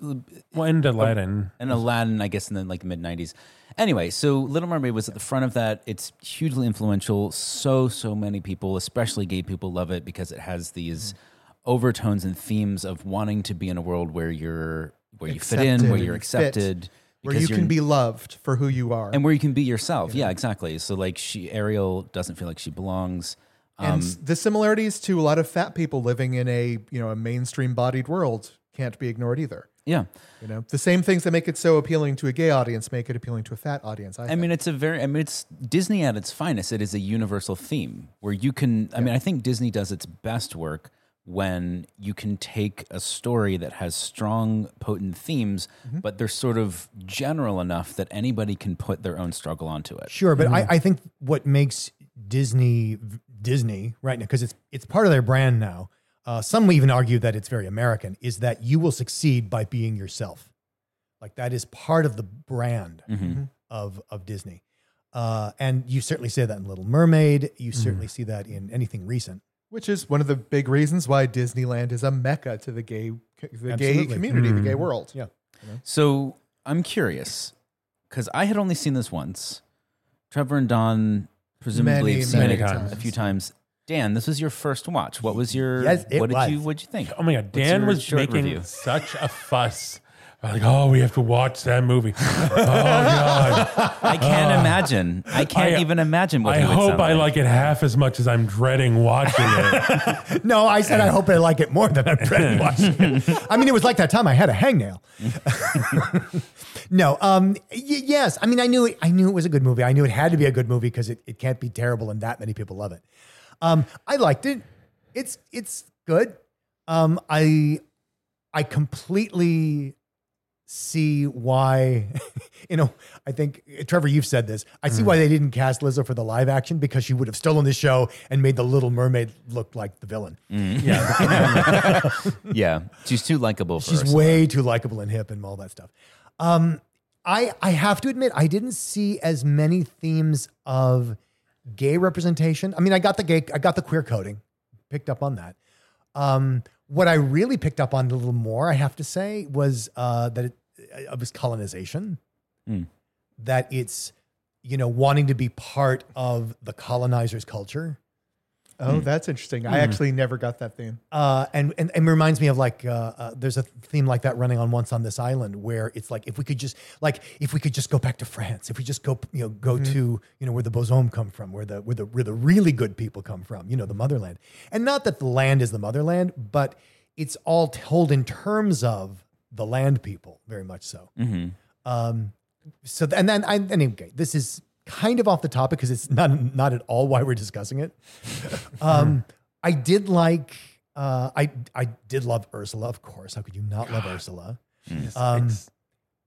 Speaker 4: Well, and Aladdin.
Speaker 2: and Aladdin, I guess, in the like mid '90s. Anyway, so Little Mermaid was at the front of that. It's hugely influential. So so many people, especially gay people, love it because it has these
Speaker 1: Mm.
Speaker 2: overtones and themes of wanting to be in a world where you're where you fit
Speaker 1: Accepted
Speaker 2: in, where
Speaker 1: and
Speaker 2: you're
Speaker 1: fit,
Speaker 2: accepted,
Speaker 1: Where
Speaker 2: because
Speaker 1: you
Speaker 2: you're-
Speaker 1: can be loved for who you are.
Speaker 2: and where you can be yourself. Yeah, exactly. So like she Ariel doesn't feel like she belongs.
Speaker 1: and
Speaker 2: um,
Speaker 1: the similarities to a lot of fat people living in a you know a mainstream bodied world can't be ignored either.
Speaker 2: Yeah.
Speaker 1: You know the same things that make it so appealing to a gay audience make it appealing to a fat audience. I,
Speaker 2: I
Speaker 1: think.
Speaker 2: mean, it's a very, I mean, it's Disney at its finest. It is a universal theme where you can, I mean, I think Disney does its best work when you can take a story that has strong, potent themes, but they're sort of general enough that anybody can put their own struggle onto it.
Speaker 3: Sure, but I, I think what makes Disney Disney right now because it's it's part of their brand now. Uh, some even argue that it's very American. Is that you will succeed by being yourself, like that is part of the brand of of Disney, uh, and you certainly see that in Little Mermaid. You certainly see that in anything recent.
Speaker 1: which is one of the big reasons why Disneyland is a mecca to the gay the gay
Speaker 3: Absolutely.
Speaker 1: community, the gay
Speaker 2: Mm-hmm.
Speaker 1: world.
Speaker 3: Yeah.
Speaker 2: So I'm curious because I had only seen this once. Trevor and Don presumably
Speaker 1: Many,
Speaker 2: have seen
Speaker 1: many
Speaker 2: it
Speaker 4: times.
Speaker 2: a few times. Dan, this was your first watch. What was your?
Speaker 3: Yes, it
Speaker 2: what did
Speaker 3: was.
Speaker 2: you? What did you think?
Speaker 4: Oh my god,
Speaker 2: What's
Speaker 4: Dan
Speaker 2: your
Speaker 4: was
Speaker 2: short
Speaker 4: making
Speaker 2: review?
Speaker 4: such a fuss. Like, oh, we have to watch that movie. Oh god,
Speaker 2: I can't imagine. I can't
Speaker 4: Uh, I-
Speaker 2: even imagine what
Speaker 4: I
Speaker 2: he would
Speaker 4: hope
Speaker 2: sound
Speaker 4: I like it half as much as I'm dreading watching it.
Speaker 3: No, I said I hope I like it more than I'm dreading watching it. I mean, it was like that time I had a hangnail. no, um, y- yes, I mean, I knew it, I knew it was a good movie. I knew it had to be a good movie because it, it can't be terrible and that many people love it. Um, I liked it. It's it's good. Um, I I completely see why, you know, I think Trevor, you've said this. I see why they didn't cast Lizzo for the live action because she would have stolen the show and made the Little Mermaid look like the villain.
Speaker 2: Mm. Yeah, she's too likable. For
Speaker 3: She's
Speaker 2: herself.
Speaker 3: way too likable and hip and all that stuff. Um, I I have to admit I didn't see as many themes of gay representation. I mean, I got the gay, I got the queer coding, picked up on that. Um, what I really picked up on a little more, I have to say, was uh, that it, uh, of his colonization, that it's you know wanting to be part of the colonizer's culture
Speaker 2: Mm.
Speaker 1: Oh, that's interesting. I actually never got that theme.
Speaker 3: uh, and, and and reminds me of like uh, uh, there's a theme like that running on once on this island where it's like if we could just like if we could just go back to France, if we just go you know go to you know where the Bozom come from, where the where the where the really good people come from, you know the motherland, and not that the land is the motherland, but it's all told in terms of the land people, very much so.
Speaker 2: Mm-hmm.
Speaker 3: Um, so th- and then I and anyway, this is kind of off the topic because it's not not at all why we're discussing it. Um, I did like uh, I I did love Ursula, of course. How could you not love Ursula?
Speaker 2: Mm.
Speaker 3: Um,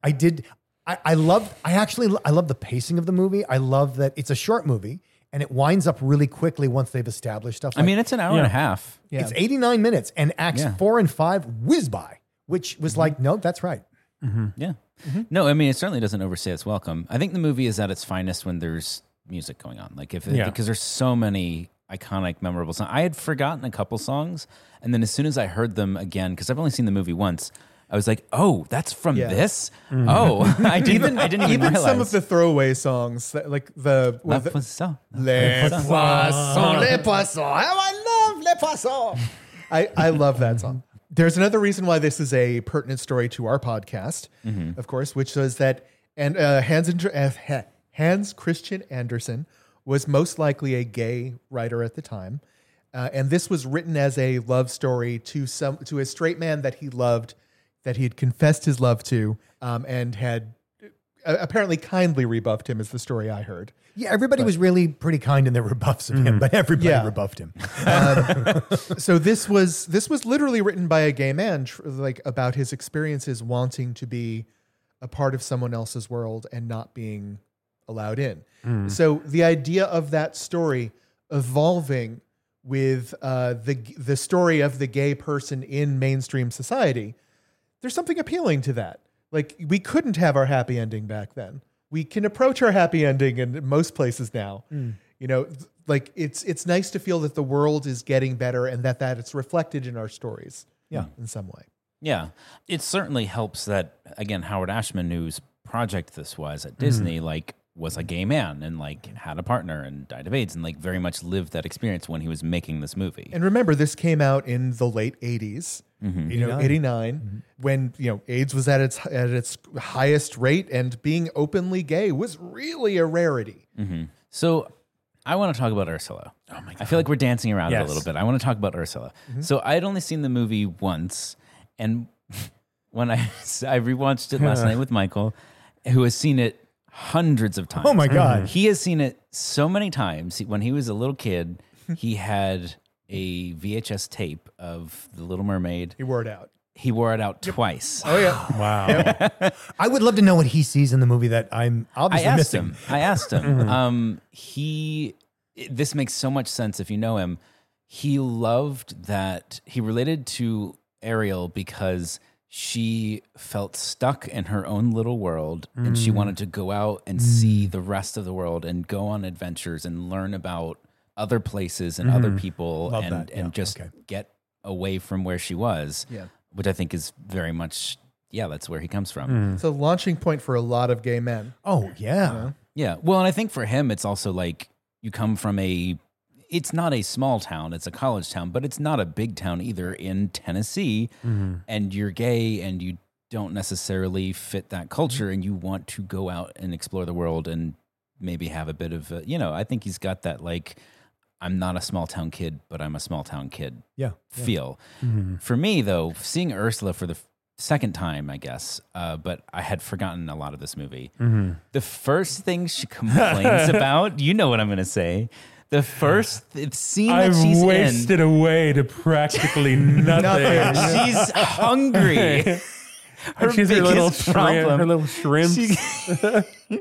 Speaker 3: I did. I, I love. I actually. I love the pacing of the movie. I love that it's a short movie and it winds up really quickly once they've established stuff.
Speaker 2: I mean, it's an hour and a half.
Speaker 1: Yeah.
Speaker 3: it's 89 minutes and acts
Speaker 2: Yeah. Mm-hmm.
Speaker 3: four and five whiz by, which was like, no, that's right.
Speaker 2: Yeah.
Speaker 4: Mm-hmm.
Speaker 2: No, I mean, it certainly doesn't overstay its welcome. I think the movie is at its finest when there's music going on. Like, if,
Speaker 4: Yeah.
Speaker 2: because there's so many iconic, memorable songs. I had forgotten a couple songs. And then as soon as I heard them again, because I've only seen the movie once, I was like, oh, that's from
Speaker 1: Yeah.
Speaker 2: this?
Speaker 4: Mm-hmm.
Speaker 2: Oh, I didn't even, I didn't even,
Speaker 1: Even
Speaker 2: realize.
Speaker 1: some of the throwaway songs, that- like the, well,
Speaker 2: Love
Speaker 1: the
Speaker 2: was so-
Speaker 1: Les
Speaker 2: Poissons. Oh,
Speaker 1: Poissons, Les Poissons. How I love Les Poissons. I, I love that song. There's another reason why this is a pertinent story to our podcast, of course, which was that and uh, Hans Andr- uh, Ha- Hans Christian Andersen was most likely a gay writer at the time, uh, and this was written as a love story to some to a straight man that he loved, that he had confessed his love to, um, and had uh, apparently kindly rebuffed him, is the story I heard.
Speaker 3: Yeah, everybody was really pretty kind in their rebuffs of him, but everybody
Speaker 1: Yeah.
Speaker 3: rebuffed him.
Speaker 1: so this was this was literally written by a gay man tr- like about his experiences wanting to be a part of someone else's world and not being allowed in so the idea of that story evolving with uh, the the story of the gay person in mainstream society there's something appealing to that like we couldn't have our happy ending back then we can approach our happy ending in most places now you know th- like it's it's nice to feel that the world is getting better and that that it's reflected in our stories
Speaker 3: Yeah.
Speaker 1: in some way
Speaker 2: Yeah. It certainly helps that, again, Howard Ashman, whose project this was at Disney, like, was a gay man and like had a partner and died of AIDS and like very much lived that experience when he was making this movie.
Speaker 1: and remember this came out in the late 80s you know 89 when you know AIDS was at its at its highest rate and being openly gay was really a rarity
Speaker 2: So I want to talk about Ursula. Oh my god. I feel like we're dancing around it a
Speaker 4: Yes.
Speaker 2: little bit. I want to talk about Ursula. So I had only seen the movie once and when I I rewatched it last night with Michael who has seen it hundreds of times.
Speaker 3: Oh my God.
Speaker 2: He has seen it so many times. He- When he was a little kid, he had a VHS tape of The Little Mermaid.
Speaker 1: he wore it out
Speaker 2: He wore it out twice.
Speaker 1: oh yeah
Speaker 4: Wow.
Speaker 3: I would love to know what he sees in the movie that I'm
Speaker 2: I
Speaker 3: obviously
Speaker 2: asked
Speaker 3: missing. Mm-hmm.
Speaker 2: him. I asked him. um, he. it- This makes so much sense if you know him. He loved that he related to Ariel because she felt stuck in her own little world and
Speaker 3: Mm.
Speaker 2: she wanted to go out and see the rest of the world and go on adventures and learn about other places and other people
Speaker 3: Mm-hmm. Love
Speaker 2: and,
Speaker 3: that.
Speaker 2: and
Speaker 3: Yeah.
Speaker 2: just
Speaker 3: Okay.
Speaker 2: get away from where she was.
Speaker 1: Yeah.
Speaker 2: Which I think is very much, yeah, that's where he comes from.
Speaker 1: it's a launching point for a lot of gay men
Speaker 3: Oh yeah.
Speaker 2: Yeah. Well, and I think for him, it's also like you come from a, it's not a small town, it's a college town, but it's not a big town either in Tennessee. And you're gay and you don't necessarily fit that culture and you want to go out and explore the world and maybe have a bit of, a, you know, I think he's got that like, I'm not a small town kid, but I'm a small town kid
Speaker 3: Yeah. Mm-hmm.
Speaker 2: feel. For me, though, seeing Ursula for the f- second time, I guess, uh, but I had forgotten a lot of this movie.
Speaker 3: Mm-hmm.
Speaker 2: The first thing she complains about, you know what I'm going to say. The first th- scene
Speaker 4: I've
Speaker 2: that she's
Speaker 4: wasted away to practically
Speaker 2: in,
Speaker 4: nothing.
Speaker 2: she's hungry. Her
Speaker 4: She's her little
Speaker 2: biggest
Speaker 4: shrimp.
Speaker 2: problem.
Speaker 4: Her little shrimp.
Speaker 2: She-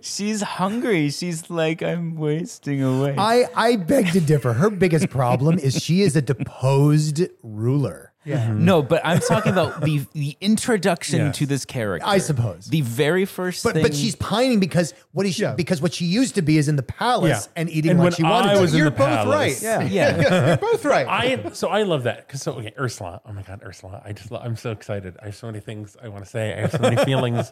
Speaker 2: she's hungry. She's like, I'm wasting away.
Speaker 3: I, I beg to differ. Her biggest problem is she is a deposed ruler. Mm-hmm.
Speaker 2: no, but I'm talking about the the introduction
Speaker 4: Yes.
Speaker 2: to this character.
Speaker 3: I suppose.
Speaker 2: the very first
Speaker 3: But
Speaker 2: thing.
Speaker 3: but she's pining because what is she
Speaker 1: Yeah.
Speaker 3: because what she used to be is in the palace
Speaker 4: Yeah.
Speaker 3: and eating
Speaker 4: And
Speaker 3: what
Speaker 4: when
Speaker 3: she wanted.
Speaker 4: I
Speaker 3: to.
Speaker 4: was in
Speaker 1: you're
Speaker 4: the
Speaker 1: both
Speaker 4: palace.
Speaker 1: right
Speaker 3: Yeah.
Speaker 2: yeah.
Speaker 1: you're both right
Speaker 4: I so I love that because so okay Ursula oh my god Ursula I just lo- I'm so excited I have so many things I want to say I have so many feelings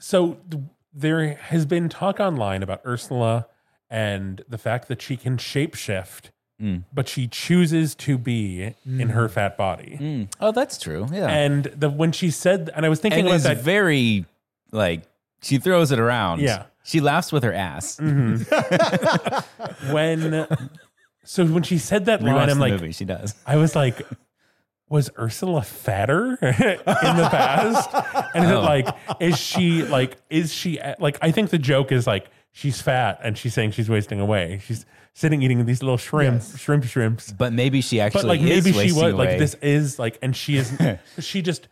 Speaker 4: so th- there has been talk online about Ursula and the fact that she can shapeshift
Speaker 2: Mm.
Speaker 4: but she chooses to be in her fat body.
Speaker 2: Oh, that's true. Yeah.
Speaker 4: And the when she said, and I was thinking
Speaker 2: and
Speaker 4: about
Speaker 2: is
Speaker 4: that.
Speaker 2: very like she throws it around.
Speaker 4: Yeah. Mm-hmm.
Speaker 2: She laughs with her ass.
Speaker 4: when so when she said that
Speaker 2: Rewatch
Speaker 4: line, I'm
Speaker 2: the
Speaker 4: like,
Speaker 2: movie. She does.
Speaker 4: I was like, was Ursula fatter in the past? And
Speaker 2: Oh.
Speaker 4: is it like, is she like, is she like? I think the joke is like she's fat and she's saying she's wasting away. She's sitting eating these little shrimps, shrimp shrimps.
Speaker 2: But maybe she actually
Speaker 4: But like
Speaker 2: is
Speaker 4: maybe she
Speaker 2: wasting
Speaker 4: was like
Speaker 2: away.
Speaker 4: this is like, and she is she just.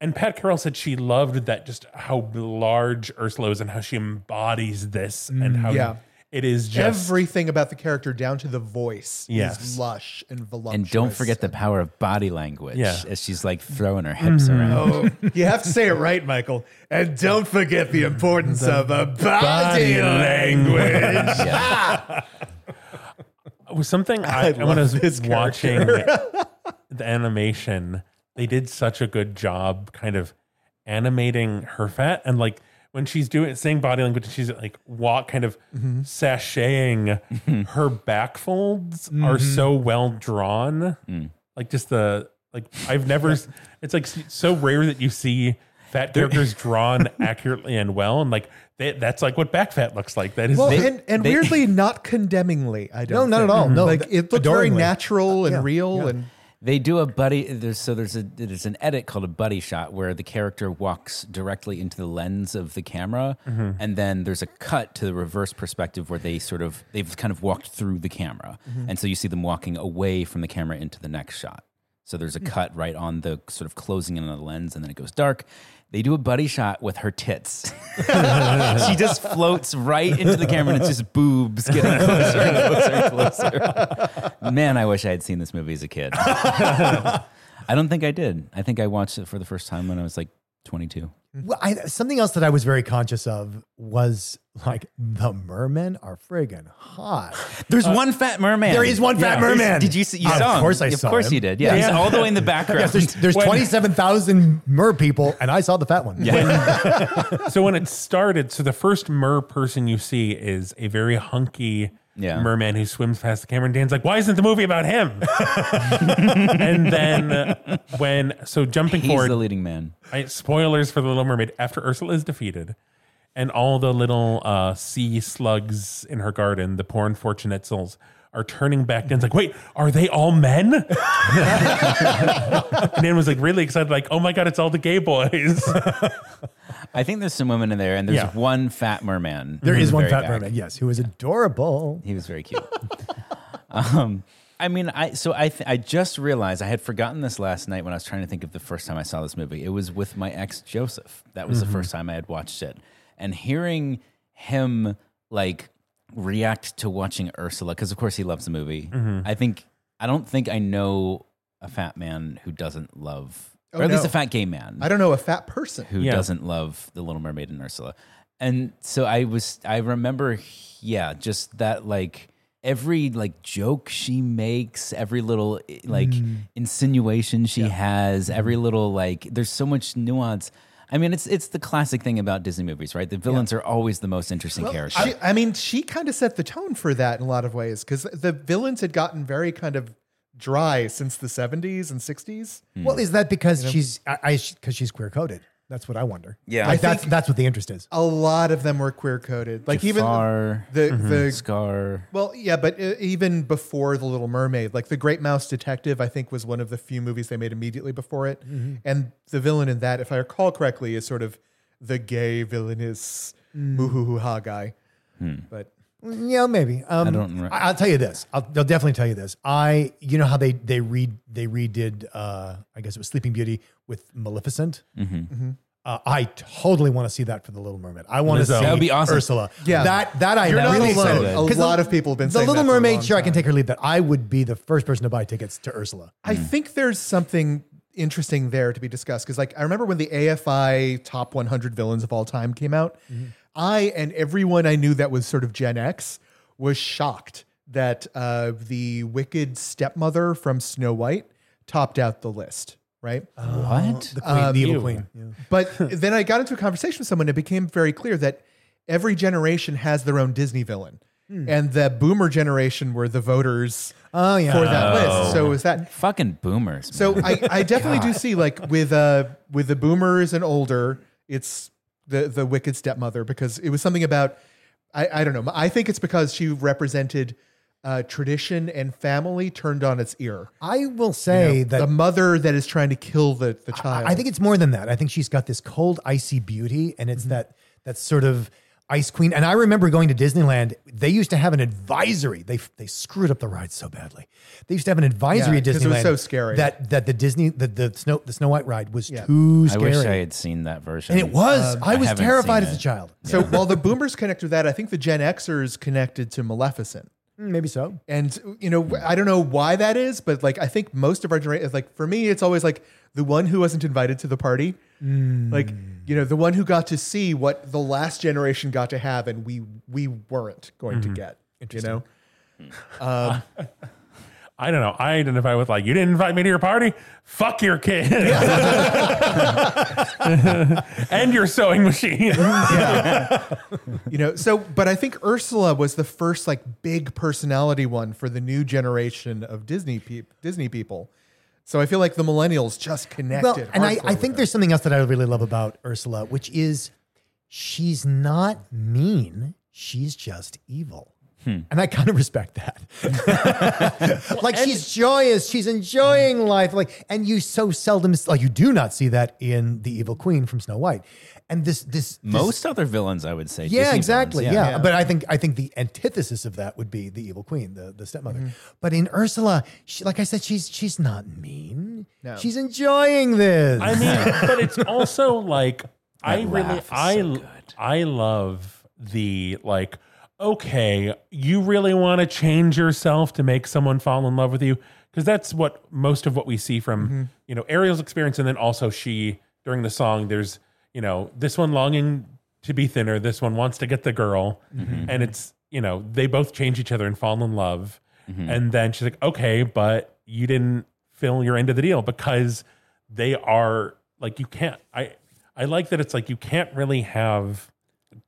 Speaker 4: And Pat Carroll said she loved that just how large Ursula is and how she embodies this and how
Speaker 1: yeah.
Speaker 4: it is just
Speaker 1: Everything about the character, down to the voice,
Speaker 4: Yes.
Speaker 1: is lush and voluptuous.
Speaker 2: And don't forget the power of body language
Speaker 4: Yeah. Mm-hmm.
Speaker 2: as she's like throwing her hips around.
Speaker 1: Oh, you have to say it right, Michael. And don't forget the importance of a body,
Speaker 4: body
Speaker 1: language.
Speaker 4: was something I,
Speaker 1: love
Speaker 4: when I
Speaker 1: this
Speaker 4: was
Speaker 1: character.
Speaker 4: watching the animation, they did such a good job kind of animating her fat and like when she's doing saying body language, she's like walk kind of
Speaker 1: Mm-hmm.
Speaker 4: sashaying. Her back folds
Speaker 1: Mm-hmm.
Speaker 4: are so well drawn,
Speaker 1: Mm.
Speaker 4: like just the like I've never. s- it's like s- so rare that you see fat characters drawn accurately and well, and like they, that's like what back fat looks like. That is
Speaker 1: Well,
Speaker 2: They-
Speaker 1: and, and
Speaker 2: they-
Speaker 1: weirdly, not condemningly. I don't.
Speaker 3: No, not
Speaker 1: think.
Speaker 3: at all. No,
Speaker 1: like
Speaker 3: th-
Speaker 1: it looked very
Speaker 3: adoringly.
Speaker 1: natural and
Speaker 3: Yeah,
Speaker 1: real. And
Speaker 2: They do a buddy. There's, so there's a there's an edit called a buddy shot where the character walks directly into the lens of the camera, and then there's a cut to the reverse perspective where they sort of they've kind of walked through the camera, and so you see them walking away from the camera into the next shot. So there's a cut right on the sort of closing in on the lens, and then it goes dark. They do a buddy shot with her tits. she just floats right into the camera, and it's just boobs getting closer and closer and closer. Man, I wish I had seen this movie as a kid. I don't think I did. I think I watched it for the first time when I was like 22.
Speaker 3: Well, I, something else that I was very conscious of was like the mermen are friggin' hot.
Speaker 2: There's one fat merman.
Speaker 3: there is one fat
Speaker 2: There's-
Speaker 3: merman.
Speaker 2: Did you see? You
Speaker 3: Of
Speaker 2: saw him.
Speaker 3: course I
Speaker 2: of
Speaker 3: saw
Speaker 2: course
Speaker 3: him.
Speaker 2: you did. Yeah, he's all the way in the background.
Speaker 3: Yes, there's there's
Speaker 4: When-
Speaker 3: twenty seven thousand mer people, and I saw the fat one. Yeah.
Speaker 4: so when it started, so the first mer person you see is a very hunky
Speaker 2: Yeah.
Speaker 4: merman who swims past the camera, and Dan's like, "Why isn't the movie about him?" and then when so jumping
Speaker 2: he's
Speaker 4: forward,
Speaker 2: the leading man.
Speaker 4: I, spoilers for the Little Mermaid. After Ursula is defeated, and all the little uh, sea slugs in her garden, the poor unfortunate souls, are turning back. Dan's like, "Wait, are they all men?" and Dan was like really excited, like, "Oh my god, it's all the gay boys."
Speaker 2: I think there's some women in there, and there's
Speaker 4: Yeah.
Speaker 2: one fat merman.
Speaker 3: There is one
Speaker 2: Very
Speaker 3: fat
Speaker 2: back.
Speaker 3: merman, yes, who is adorable.
Speaker 2: He was very cute. um, I mean, I so I th- I just realized I had forgotten this last night when I was trying to think of the first time I saw this movie. It was with my ex Joseph. That was the first time I had watched it, and hearing him like react to watching Ursula because of course he loves the movie. I think I don't think I know a fat man who doesn't love, or at least
Speaker 1: no.
Speaker 2: a fat gay man
Speaker 1: I don't know a fat person.
Speaker 2: who
Speaker 4: Yeah.
Speaker 2: doesn't love the Little Mermaid and Ursula. And so I was, I remember, yeah, just that like every like joke she makes, every little eh, like insinuation she has, every little like, there's so much nuance. I mean, it's it's the classic thing about Disney movies, right? The villains are always the most interesting characters.
Speaker 1: She, I mean, she kind of set the tone for that in a lot of ways because the villains had gotten very kind of dry since the 70s and 60s.
Speaker 2: Hmm.
Speaker 3: Well, is that because she's I because she's queer coded? That's what I wonder.
Speaker 2: Yeah.
Speaker 3: like
Speaker 1: I
Speaker 3: that's
Speaker 1: think-
Speaker 3: that's what the interest is.
Speaker 1: A lot of them were queer coded. Like
Speaker 2: Jafar,
Speaker 1: even the,
Speaker 3: Mm-hmm.
Speaker 1: the
Speaker 2: Scar,
Speaker 1: Well, yeah, but uh, even before The Little Mermaid, like The Great Mouse Detective, I think was one of the few movies they made immediately before it.
Speaker 3: Mm-hmm.
Speaker 1: And the villain in that, if I recall correctly, is sort of the gay villainous
Speaker 3: Mm.
Speaker 1: muhuhuha guy. But
Speaker 3: Yeah, maybe. Um, I
Speaker 2: don't re-
Speaker 3: I'll tell you this. I'll, I'll definitely tell you this. I, you know how they they read they redid. Uh, I guess it was Sleeping Beauty with Maleficent.
Speaker 2: Mm-hmm.
Speaker 1: Mm-hmm.
Speaker 3: Uh, I totally want to see that for the Little Mermaid. I want to see
Speaker 4: Lizzo.
Speaker 2: That would be awesome.
Speaker 3: Ursula.
Speaker 1: Yeah.
Speaker 3: that that I
Speaker 1: you're
Speaker 3: am
Speaker 1: not
Speaker 3: really
Speaker 1: alone.
Speaker 3: excited.
Speaker 2: excited.
Speaker 1: A
Speaker 3: 'Cause
Speaker 1: lot
Speaker 3: the-
Speaker 1: of people have been
Speaker 3: the
Speaker 1: saying
Speaker 3: Little
Speaker 1: that for a
Speaker 3: Mermaid.
Speaker 1: long
Speaker 3: Sure, I
Speaker 1: time.
Speaker 3: can take or leave that. I would be the first person to buy tickets to Ursula.
Speaker 1: I think there's something interesting there to be discussed because, like, I remember when the AFI Top 100 Villains of All Time came out,
Speaker 3: Mm-hmm.
Speaker 1: I and everyone I knew that was sort of Gen X was shocked that uh, the wicked stepmother from Snow White topped out the list, right?
Speaker 3: Uh.
Speaker 2: what?
Speaker 3: The Queen, the evil Queen. Yeah.
Speaker 1: But then I got into a conversation with someone. It became very clear that every generation has their own Disney villain. and the boomer generation were the voters
Speaker 3: Hmm. Oh yeah. Oh.
Speaker 1: for that list. So it was that
Speaker 2: Fucking boomers.
Speaker 1: so I, I definitely do see like with uh with the boomers and older, it's the the wicked stepmother because it was something about I, I don't know. I think it's because she represented uh, tradition and family turned on its ear.
Speaker 3: I will say that
Speaker 1: the mother that is trying to kill the, the
Speaker 3: I-
Speaker 1: child.
Speaker 3: I think it's more than that. I think she's got this cold, icy beauty, and
Speaker 1: Mm-hmm.
Speaker 3: it's that that sort of ice queen. And I remember going to Disneyland. They used to have an advisory. They they screwed up the ride so badly. They used to have an advisory
Speaker 1: Yeah,
Speaker 3: at
Speaker 1: 'cause
Speaker 3: Disneyland.
Speaker 1: it was so scary.
Speaker 3: that that the Disney the, the snow the Snow White ride was
Speaker 1: Yeah.
Speaker 3: too
Speaker 2: I
Speaker 3: scary. Um,
Speaker 2: wish I had seen that version.
Speaker 3: and it was.
Speaker 2: I
Speaker 3: I was
Speaker 2: haven't
Speaker 3: terrified
Speaker 2: seen
Speaker 3: as a
Speaker 2: it.
Speaker 3: child.
Speaker 1: so while the boomers connect to that, I think the Gen Xers connected to Maleficent.
Speaker 3: Mm, Maybe so.
Speaker 1: And you know, I don't know why that is, but like I think most of our generation, like for me, it's always like the one who wasn't invited to the party,
Speaker 3: Hmm.
Speaker 1: like you know, the one who got to see what the last generation got to have, and we we weren't going
Speaker 3: Mm-hmm.
Speaker 1: to get. You know,
Speaker 4: I don't know. I identify with like you didn't invite me to your party. Fuck your kid and your sewing machine.
Speaker 1: you know. So, but I think Ursula was the first like big personality one for the new generation of Disney peop Disney people. So I feel like the millennials just connected.
Speaker 3: Well, and I,
Speaker 1: hardcore
Speaker 3: I
Speaker 1: with
Speaker 3: think
Speaker 1: her.
Speaker 3: there's something else that I really love about Ursula, which is she's not mean. She's just evil. And I kind of respect that. like she's joyous, she's enjoying life. Like, and you so seldom like you do not see that in the Evil Queen from Snow White. And this this, this
Speaker 2: Most other villains, I would say.
Speaker 3: yeah,
Speaker 2: Disney
Speaker 3: exactly.
Speaker 2: villains,
Speaker 3: yeah. but I think I think the antithesis of that would be the evil queen, the, the stepmother. But in Ursula, she, like I said, she's she's not mean.
Speaker 1: No.
Speaker 3: She's enjoying this.
Speaker 4: I mean, but it's also like I really
Speaker 2: laugh is
Speaker 4: I
Speaker 2: so good.
Speaker 4: I love the like okay, you really want to change yourself to make someone fall in love with you because that's what most of what we see from, you know, Ariel's experience and then also she during the song there's, you know, this one longing to be thinner, this one wants to get the girl and it's, you know, they both change each other and fall in love. And then she's like, "Okay, but you didn't fill your end of the deal because they are like you can't i i like that it's like you can't really have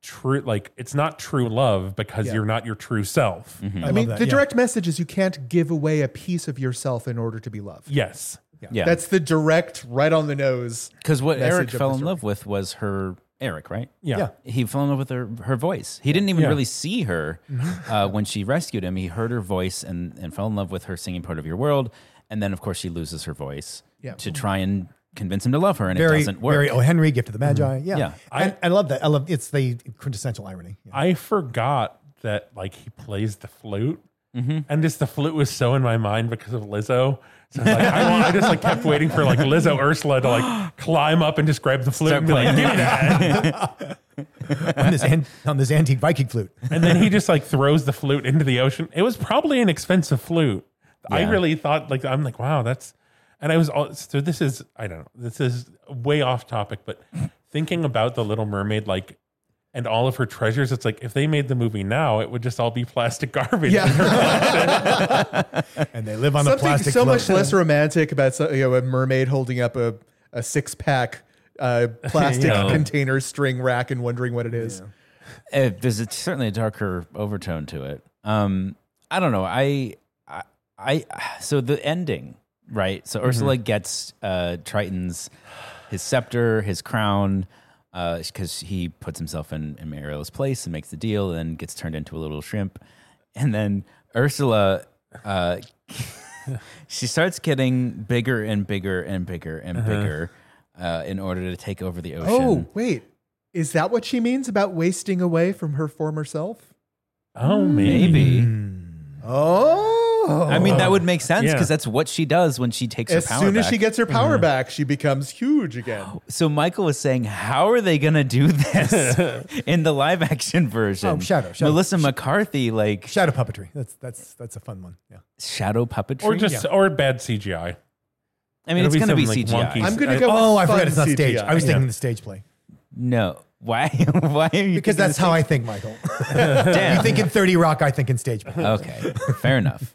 Speaker 4: true like it's not true love because you're not your true self
Speaker 2: Mm-hmm.
Speaker 1: I, mean,
Speaker 3: that,
Speaker 1: the
Speaker 3: yeah.
Speaker 1: direct message is you can't give away a piece of yourself in order to be loved.
Speaker 4: yes
Speaker 2: Yeah.
Speaker 1: That's the direct, right on the nose.
Speaker 2: Because what
Speaker 1: message
Speaker 2: Eric
Speaker 1: of the
Speaker 2: fell in
Speaker 1: story.
Speaker 2: love with was her Eric, right?
Speaker 4: yeah,
Speaker 3: Yeah.
Speaker 2: He fell in love with her her voice. He didn't even really see her
Speaker 1: Mm-hmm.
Speaker 2: uh, when she rescued him. He heard her voice and and fell in love with her singing "Part of Your World." And then, of course, she loses her voice
Speaker 1: Yeah.
Speaker 2: to try and convince him to love her, and it
Speaker 3: very,
Speaker 2: doesn't work. Mm-hmm.
Speaker 3: very O. Henry, gift of the Magi. Yeah,
Speaker 2: Yeah.
Speaker 3: And I, love that. I love it's the quintessential irony. Yeah.
Speaker 4: i forgot that like he plays the flute
Speaker 2: Mm-hmm.
Speaker 4: and just the flute was so in my mind because of lizzo so like, I, want, I just like kept waiting for like lizzo ursula to like climb up and just grab the flute
Speaker 2: Start
Speaker 4: and be like,
Speaker 2: playing.
Speaker 4: "Give me that."
Speaker 3: on, this an, on this antique Viking flute.
Speaker 4: and then he just like throws the flute into the ocean. It was probably an expensive flute. I
Speaker 2: Yeah.
Speaker 4: really thought like I'm like wow that's, and I was all so this is I don't know this is way off topic, but thinking about the Little Mermaid like. And all of her treasures, it's like if they made the movie now, it would just all be plastic garbage.
Speaker 1: Yeah,
Speaker 3: And they live on a
Speaker 1: something
Speaker 3: plastic
Speaker 1: so
Speaker 3: float.
Speaker 1: much less romantic about so- you know, a mermaid holding up a, a six pack uh, plastic
Speaker 4: Yeah.
Speaker 1: container string rack and wondering what it is.
Speaker 2: Uh, there's a, certainly a darker overtone to it. Um, I don't know. I, I, I so the ending, right? So Ursula gets uh, Triton's his scepter, his crown, because he puts himself in, in Ariel's place and makes the deal, and gets turned into a little shrimp, and then Ursula. Uh, she starts getting bigger and bigger and bigger and bigger uh, in order to take over the ocean.
Speaker 1: Oh, wait. Is that what she means about wasting away from her former self?
Speaker 4: Oh, maybe.
Speaker 2: Mm, maybe.
Speaker 1: Oh.
Speaker 2: I mean, that would make sense
Speaker 4: Yeah.
Speaker 2: because that's what she does when she takes
Speaker 1: as
Speaker 2: her power
Speaker 1: soon as
Speaker 2: back.
Speaker 1: she gets her power back, she becomes huge again.
Speaker 2: so Michael was saying, how are they going to do this in the live action version?
Speaker 3: Oh, shadow, shadow.
Speaker 2: Melissa McCarthy, like
Speaker 3: shadow puppetry. That's that's that's a fun one. Yeah.
Speaker 2: shadow puppetry.
Speaker 4: Or just or bad CGI.
Speaker 2: I mean,
Speaker 4: it'll
Speaker 2: it's
Speaker 4: be
Speaker 2: going to be
Speaker 4: some, like,
Speaker 2: CGI.
Speaker 4: wonky-
Speaker 1: I'm going to
Speaker 4: I-
Speaker 1: go.
Speaker 3: Oh,
Speaker 1: with
Speaker 3: I forgot
Speaker 1: fun
Speaker 3: it's not stage.
Speaker 1: CGI.
Speaker 3: I was thinking the stage play
Speaker 2: no, why? why are you?
Speaker 3: because that's how I think, Michael.
Speaker 2: damn.
Speaker 3: you think in Thirty Rock, I think in stage
Speaker 1: Uh-huh.
Speaker 3: play.
Speaker 2: okay, fair enough.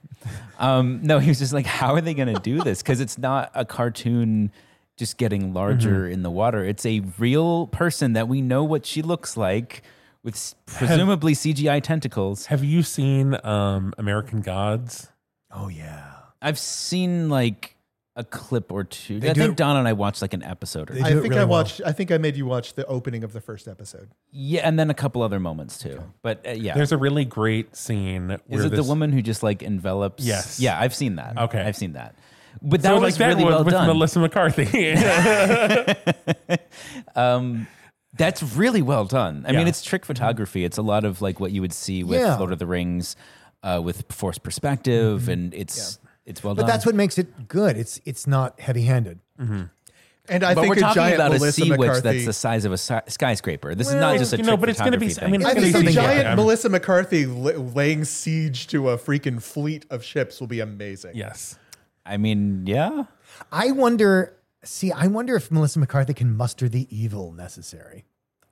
Speaker 2: Um, no, he was just like, how are they going to do this? Because it's not a cartoon
Speaker 4: Mm-hmm.
Speaker 2: just getting larger in the water. It's a real person that we know what she looks like. with s- presumably CGI tentacles.
Speaker 4: Have you seen um, American Gods?
Speaker 3: Oh yeah.
Speaker 2: I've seen like a clip or two. I
Speaker 3: do
Speaker 2: think
Speaker 3: it-
Speaker 2: Don and I watched like an episode or
Speaker 3: They
Speaker 1: I
Speaker 3: do it
Speaker 1: think
Speaker 3: really
Speaker 1: I
Speaker 3: well.
Speaker 1: watched. I think I made you watch the opening of the first episode.
Speaker 2: yeah, and then a couple other moments too. But uh, yeah,
Speaker 4: There's a really great scene. Where
Speaker 2: is it the
Speaker 4: this-
Speaker 2: woman who just like envelops?
Speaker 4: Yes.
Speaker 2: Yeah, I've seen that.
Speaker 4: Okay.
Speaker 2: I've seen that. But that
Speaker 4: So
Speaker 2: was
Speaker 4: like that
Speaker 2: really
Speaker 4: one
Speaker 2: well
Speaker 4: with
Speaker 2: done.
Speaker 4: Melissa McCarthy.
Speaker 2: That's really well done. I mean,
Speaker 4: Yeah.
Speaker 2: it's trick photography. It's a lot of like what you would see with
Speaker 3: Mm-hmm. Yeah. Mm-hmm.
Speaker 2: Lord of the Rings, uh, with forced perspective, and it's it's well
Speaker 3: But
Speaker 2: done.
Speaker 3: that's what makes it good. It's it's not heavy handed.
Speaker 1: And I
Speaker 2: But
Speaker 1: think
Speaker 2: we're
Speaker 1: a
Speaker 2: talking
Speaker 1: giant
Speaker 2: about a
Speaker 1: Melissa
Speaker 2: sea witch
Speaker 1: McCarthy.
Speaker 2: that's the size of a si- skyscraper. This is not just a
Speaker 4: you
Speaker 2: trick
Speaker 4: know, but it's gonna
Speaker 2: photography
Speaker 4: be- I
Speaker 2: thing.
Speaker 4: mean,
Speaker 1: I
Speaker 4: It's
Speaker 1: think
Speaker 4: gonna
Speaker 1: a
Speaker 4: be something
Speaker 1: giant
Speaker 4: like-
Speaker 1: Melissa McCarthy la- laying siege to a freaking fleet of ships will be amazing.
Speaker 4: yes.
Speaker 2: I mean, yeah.
Speaker 3: I wonder. See, I wonder if Melissa McCarthy can muster the evil necessary.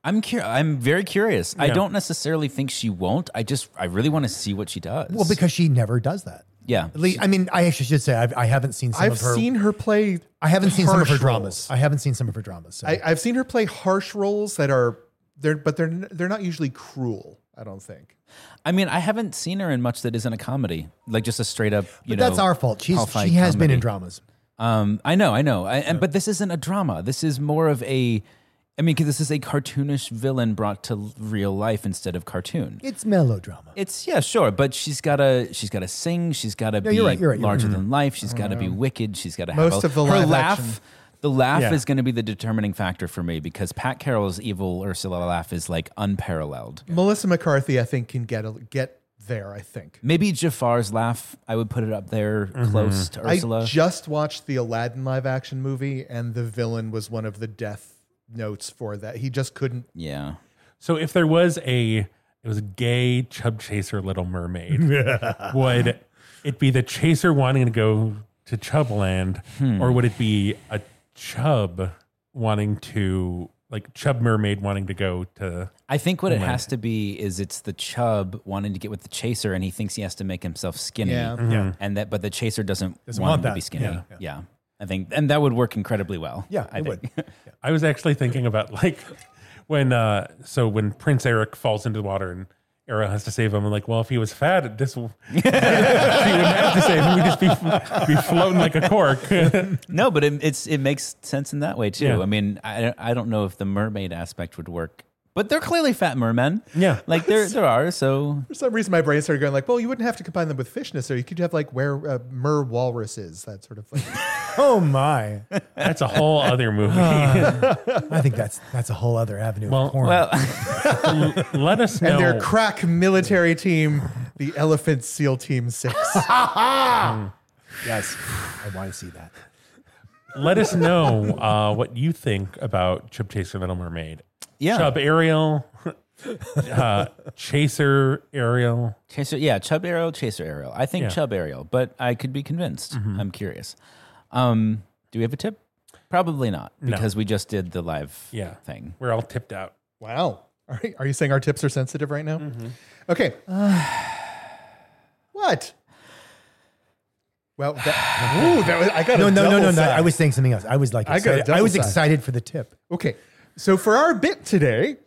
Speaker 2: I'm cur- I'm very curious. I
Speaker 4: Yeah.
Speaker 2: don't necessarily think she won't. I just I really want to see what she does.
Speaker 3: Well, because she never does that.
Speaker 2: yeah,
Speaker 3: At least, I mean, I actually should say I've, I haven't seen some
Speaker 1: I've
Speaker 3: of her.
Speaker 1: seen her play.
Speaker 3: I haven't seen some of her
Speaker 1: harsh
Speaker 3: dramas.
Speaker 1: roles.
Speaker 3: I haven't seen some of her dramas. So.
Speaker 1: I, I've seen her play harsh roles that are they're but they're n- they're not usually cruel. I don't think.
Speaker 2: I mean, I haven't seen her in much that isn't a comedy, like just a straight up. You
Speaker 3: but
Speaker 2: know,
Speaker 3: that's our fault. She's,
Speaker 2: hall-fi
Speaker 3: she has been
Speaker 2: comedy.
Speaker 3: in dramas.
Speaker 2: Um, I know, I know, I, and but this isn't a drama. This is more of a. I mean, 'cause this is a cartoonish villain brought to l- real life instead of cartoon.
Speaker 3: It's melodrama.
Speaker 2: It's yeah, sure, but she's gotta she's gotta sing. She's gotta be
Speaker 3: you're right, you're right, you're
Speaker 2: larger than life. She's gotta be wicked. She's gotta have
Speaker 1: Most
Speaker 2: a-
Speaker 1: of the
Speaker 2: her
Speaker 1: live
Speaker 2: laugh.
Speaker 1: action-
Speaker 2: The laugh
Speaker 4: Yeah.
Speaker 2: is going to be the determining factor for me because Pat Carroll's evil Ursula laugh is like unparalleled.
Speaker 1: Melissa McCarthy, I think, can get a, get there. I think.
Speaker 2: Maybe Jafar's laugh, I would put it up there close to Ursula.
Speaker 1: I just watched the Aladdin live action movie, and the villain was one of the death notes for that. He just couldn't.
Speaker 2: yeah.
Speaker 4: So if there was a it was a gay chub chaser Little Mermaid, would it be the chaser wanting to go to Chubland, or would it be a chub wanting to like Chub Mermaid wanting to go to?
Speaker 2: I think
Speaker 4: Oh
Speaker 2: what it has to be is it's the chub wanting to get with the chaser, and he thinks he has to make himself skinny.
Speaker 1: Yeah.
Speaker 4: Yeah.
Speaker 2: and that but the chaser doesn't,
Speaker 3: Doesn't
Speaker 2: want,
Speaker 3: want
Speaker 2: him to
Speaker 3: that.
Speaker 2: be skinny.
Speaker 3: Yeah.
Speaker 2: Yeah. I think, and that would work incredibly well.
Speaker 3: Yeah,
Speaker 2: I
Speaker 3: it
Speaker 2: think.
Speaker 3: would.
Speaker 4: I was actually thinking about like when uh so when Prince Eric falls into the water and. Era has to save him. I'm like, well, if he was fat, this w- she wouldn't have to save him. We'd just be, be floating like a cork.
Speaker 2: No, but it, it's it makes sense in that way too.
Speaker 4: Yeah.
Speaker 2: I mean, I don't- I don't know if the mermaid aspect would work, but they're clearly fat mermen.
Speaker 4: Yeah.
Speaker 2: like there there are. So
Speaker 1: For some reason, my brain started going like, "Well, you wouldn't have to combine them with fish necessarily. You could have like where uh, mer walruses, that sort of thing."
Speaker 3: Oh my!
Speaker 4: That's a whole other movie.
Speaker 3: I think that's that's a whole other avenue
Speaker 4: Well,
Speaker 3: of porn.
Speaker 2: well,
Speaker 4: L- let us know.
Speaker 1: and their crack military team, the Elephant SEAL Team Six.
Speaker 3: yes, I want to see that.
Speaker 4: let us know uh, what you think about Chub Chaser Little Mermaid.
Speaker 2: yeah,
Speaker 4: Chub Ariel, uh, Chaser Ariel.
Speaker 2: chaser. Yeah, chub arrow, chaser arrow. I think
Speaker 4: Yeah. Mm-hmm.
Speaker 2: chub arrow, but I could be convinced. I'm curious. Um, do we have a tip? Probably not because we just did the live
Speaker 4: Yeah.
Speaker 2: thing.
Speaker 4: We're all tipped out.
Speaker 1: wow. All right. Are you saying our tips are sensitive right now?
Speaker 3: Mm-hmm.
Speaker 1: Okay. what? Well, that, ooh, that was, I got
Speaker 3: No,
Speaker 1: a
Speaker 3: no, no, no,
Speaker 1: double
Speaker 3: no. I
Speaker 1: side.
Speaker 3: was saying something else. I was like,
Speaker 1: I got a
Speaker 3: excited. I, was
Speaker 1: double side.
Speaker 3: excited for the tip.
Speaker 1: Okay. So for our bit today,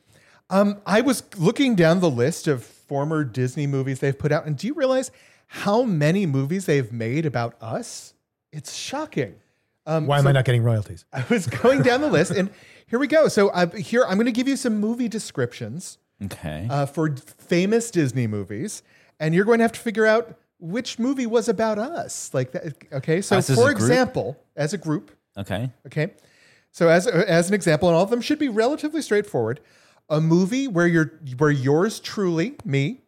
Speaker 1: um, I was looking down the list of former Disney movies they've put out, and do you realize how many movies they've made about us? It's shocking.
Speaker 2: Um,
Speaker 3: Why am I not getting royalties?
Speaker 1: I was going down the list, and here we go. So uh, here I'm going to give you some movie descriptions
Speaker 2: Okay.
Speaker 1: uh, for famous Disney movies, and you're going to have to figure out which movie was about us. Like that. Okay. So
Speaker 2: Us as a
Speaker 1: for
Speaker 2: group?
Speaker 1: example, as a group,
Speaker 2: okay.
Speaker 1: Okay. So as as an example, and all of them should be relatively straightforward. A movie where your where yours truly me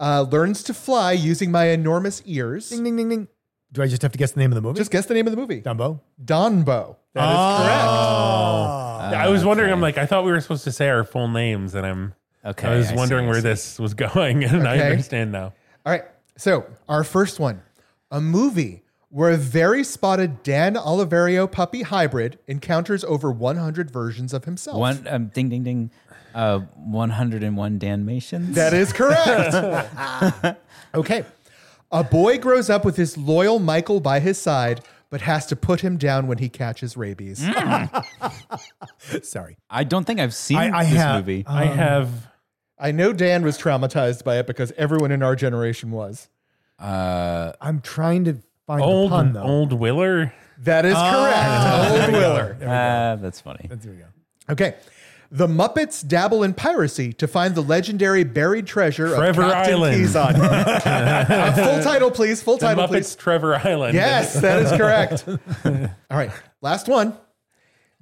Speaker 1: uh, learns to fly using my enormous ears.
Speaker 3: Ding, ding, ding, ding. Do I just have to guess the name of the movie?
Speaker 1: Just guess the name of the movie.
Speaker 3: Dumbo.
Speaker 1: Donbo. That is
Speaker 2: Uh,
Speaker 4: I was wondering, I'm like, I thought we were supposed to say our full names, and I'm.
Speaker 2: Okay,
Speaker 4: I was
Speaker 2: I see,
Speaker 4: wondering
Speaker 2: I
Speaker 4: where
Speaker 2: see.
Speaker 4: this was going, and I
Speaker 1: Okay.
Speaker 4: understand now.
Speaker 1: correct. All right. So our first one, a movie where a very spotted Dan Oliverio puppy hybrid encounters over 100 versions of himself.
Speaker 2: One um, ding ding ding, uh, one hundred and one Dalmatians.
Speaker 1: That is correct. okay. A boy grows up with his loyal Michael by his side, but has to put him down when he catches rabies.
Speaker 4: Mm.
Speaker 3: Sorry.
Speaker 2: I don't think I've seen
Speaker 3: I- I
Speaker 2: this
Speaker 3: have-
Speaker 1: Um,
Speaker 2: movie.
Speaker 4: I have
Speaker 1: I know Dan was traumatized by it because everyone in our generation was.
Speaker 2: Uh,
Speaker 3: I'm trying to find
Speaker 4: Old
Speaker 3: the pun though.
Speaker 4: Old Willer.
Speaker 1: That
Speaker 4: Oh.
Speaker 1: is correct. Old Willer.
Speaker 2: ah, that's funny.
Speaker 3: There we go.
Speaker 1: Okay. The Muppets dabble in piracy to find the legendary buried treasure
Speaker 4: Trevor
Speaker 1: of Captain
Speaker 4: Island.
Speaker 1: Keyson. Uh, full title, please. Full
Speaker 4: The
Speaker 1: title,
Speaker 4: Muppets
Speaker 1: please.
Speaker 4: Trevor Island.
Speaker 1: Yes, that is correct. All right, last one.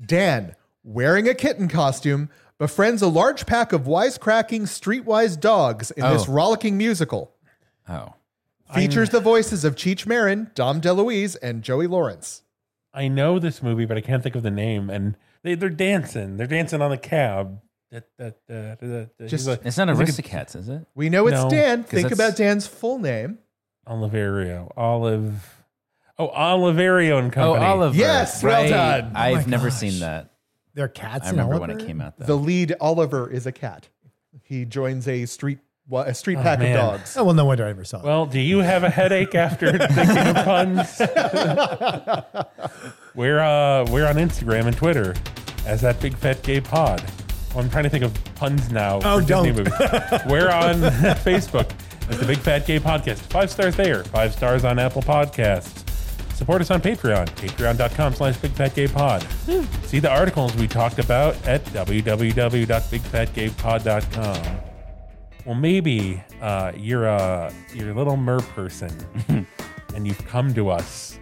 Speaker 1: Dan, wearing a kitten costume, befriends a large pack of wisecracking, streetwise dogs in this
Speaker 2: Oh.
Speaker 1: rollicking musical.
Speaker 2: Oh,
Speaker 1: Features the voices of Cheech Marin, Dom DeLuise, and Joey Lawrence.
Speaker 4: I know this movie, but I can't think of the name. And they, they're dancing. They're dancing on the cab. Da, da, da, da, da. He's
Speaker 1: Just-
Speaker 4: like,
Speaker 2: it's not Aristocats, is it?
Speaker 1: We know it's
Speaker 4: No,
Speaker 1: Dan.
Speaker 2: 'cause
Speaker 1: Think
Speaker 2: that's-
Speaker 1: about Dan's full name.
Speaker 4: Oliverio. Olive. Oh, Oliverio and
Speaker 2: Oh,
Speaker 4: Company.
Speaker 2: Oliver.
Speaker 1: Yes, well done. Oh
Speaker 2: I've
Speaker 3: my
Speaker 2: never
Speaker 3: gosh.
Speaker 2: seen that.
Speaker 3: There are cats.
Speaker 2: I
Speaker 3: in
Speaker 2: remember when
Speaker 3: Oliver?
Speaker 2: it came out though.
Speaker 1: The lead Oliver is a cat. He joins a street a street pack
Speaker 4: man.
Speaker 1: of dogs.
Speaker 3: Oh well, no wonder I never saw it.
Speaker 4: Well, do you have a headache after thinking of puns? we're uh, we're on Instagram and Twitter as that big fat gay pod. Well, I'm trying to think of puns now.
Speaker 3: Oh,
Speaker 4: for Disney
Speaker 3: don't.
Speaker 4: movies. We're on Facebook as the Big Fat Gay Podcast. Five stars there. Five stars on Apple Podcasts. Support us on Patreon. Patreon.com slash Big Fat Gay Pod.
Speaker 3: Hmm.
Speaker 4: See the articles we talked about at www.bigfatgaypod.com. Well, maybe uh, you're a you're a little mer person, and you've come to us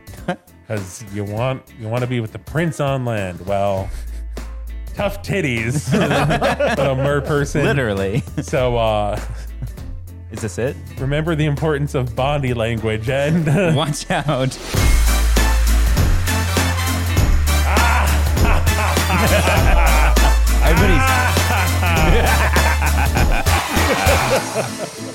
Speaker 4: because you want you want to be with the prince on land. Well, tough titties, but a mer person.
Speaker 2: Literally,
Speaker 4: So uh,
Speaker 2: is this it?
Speaker 4: remember the importance of body language and
Speaker 2: Watch out! Everybody's.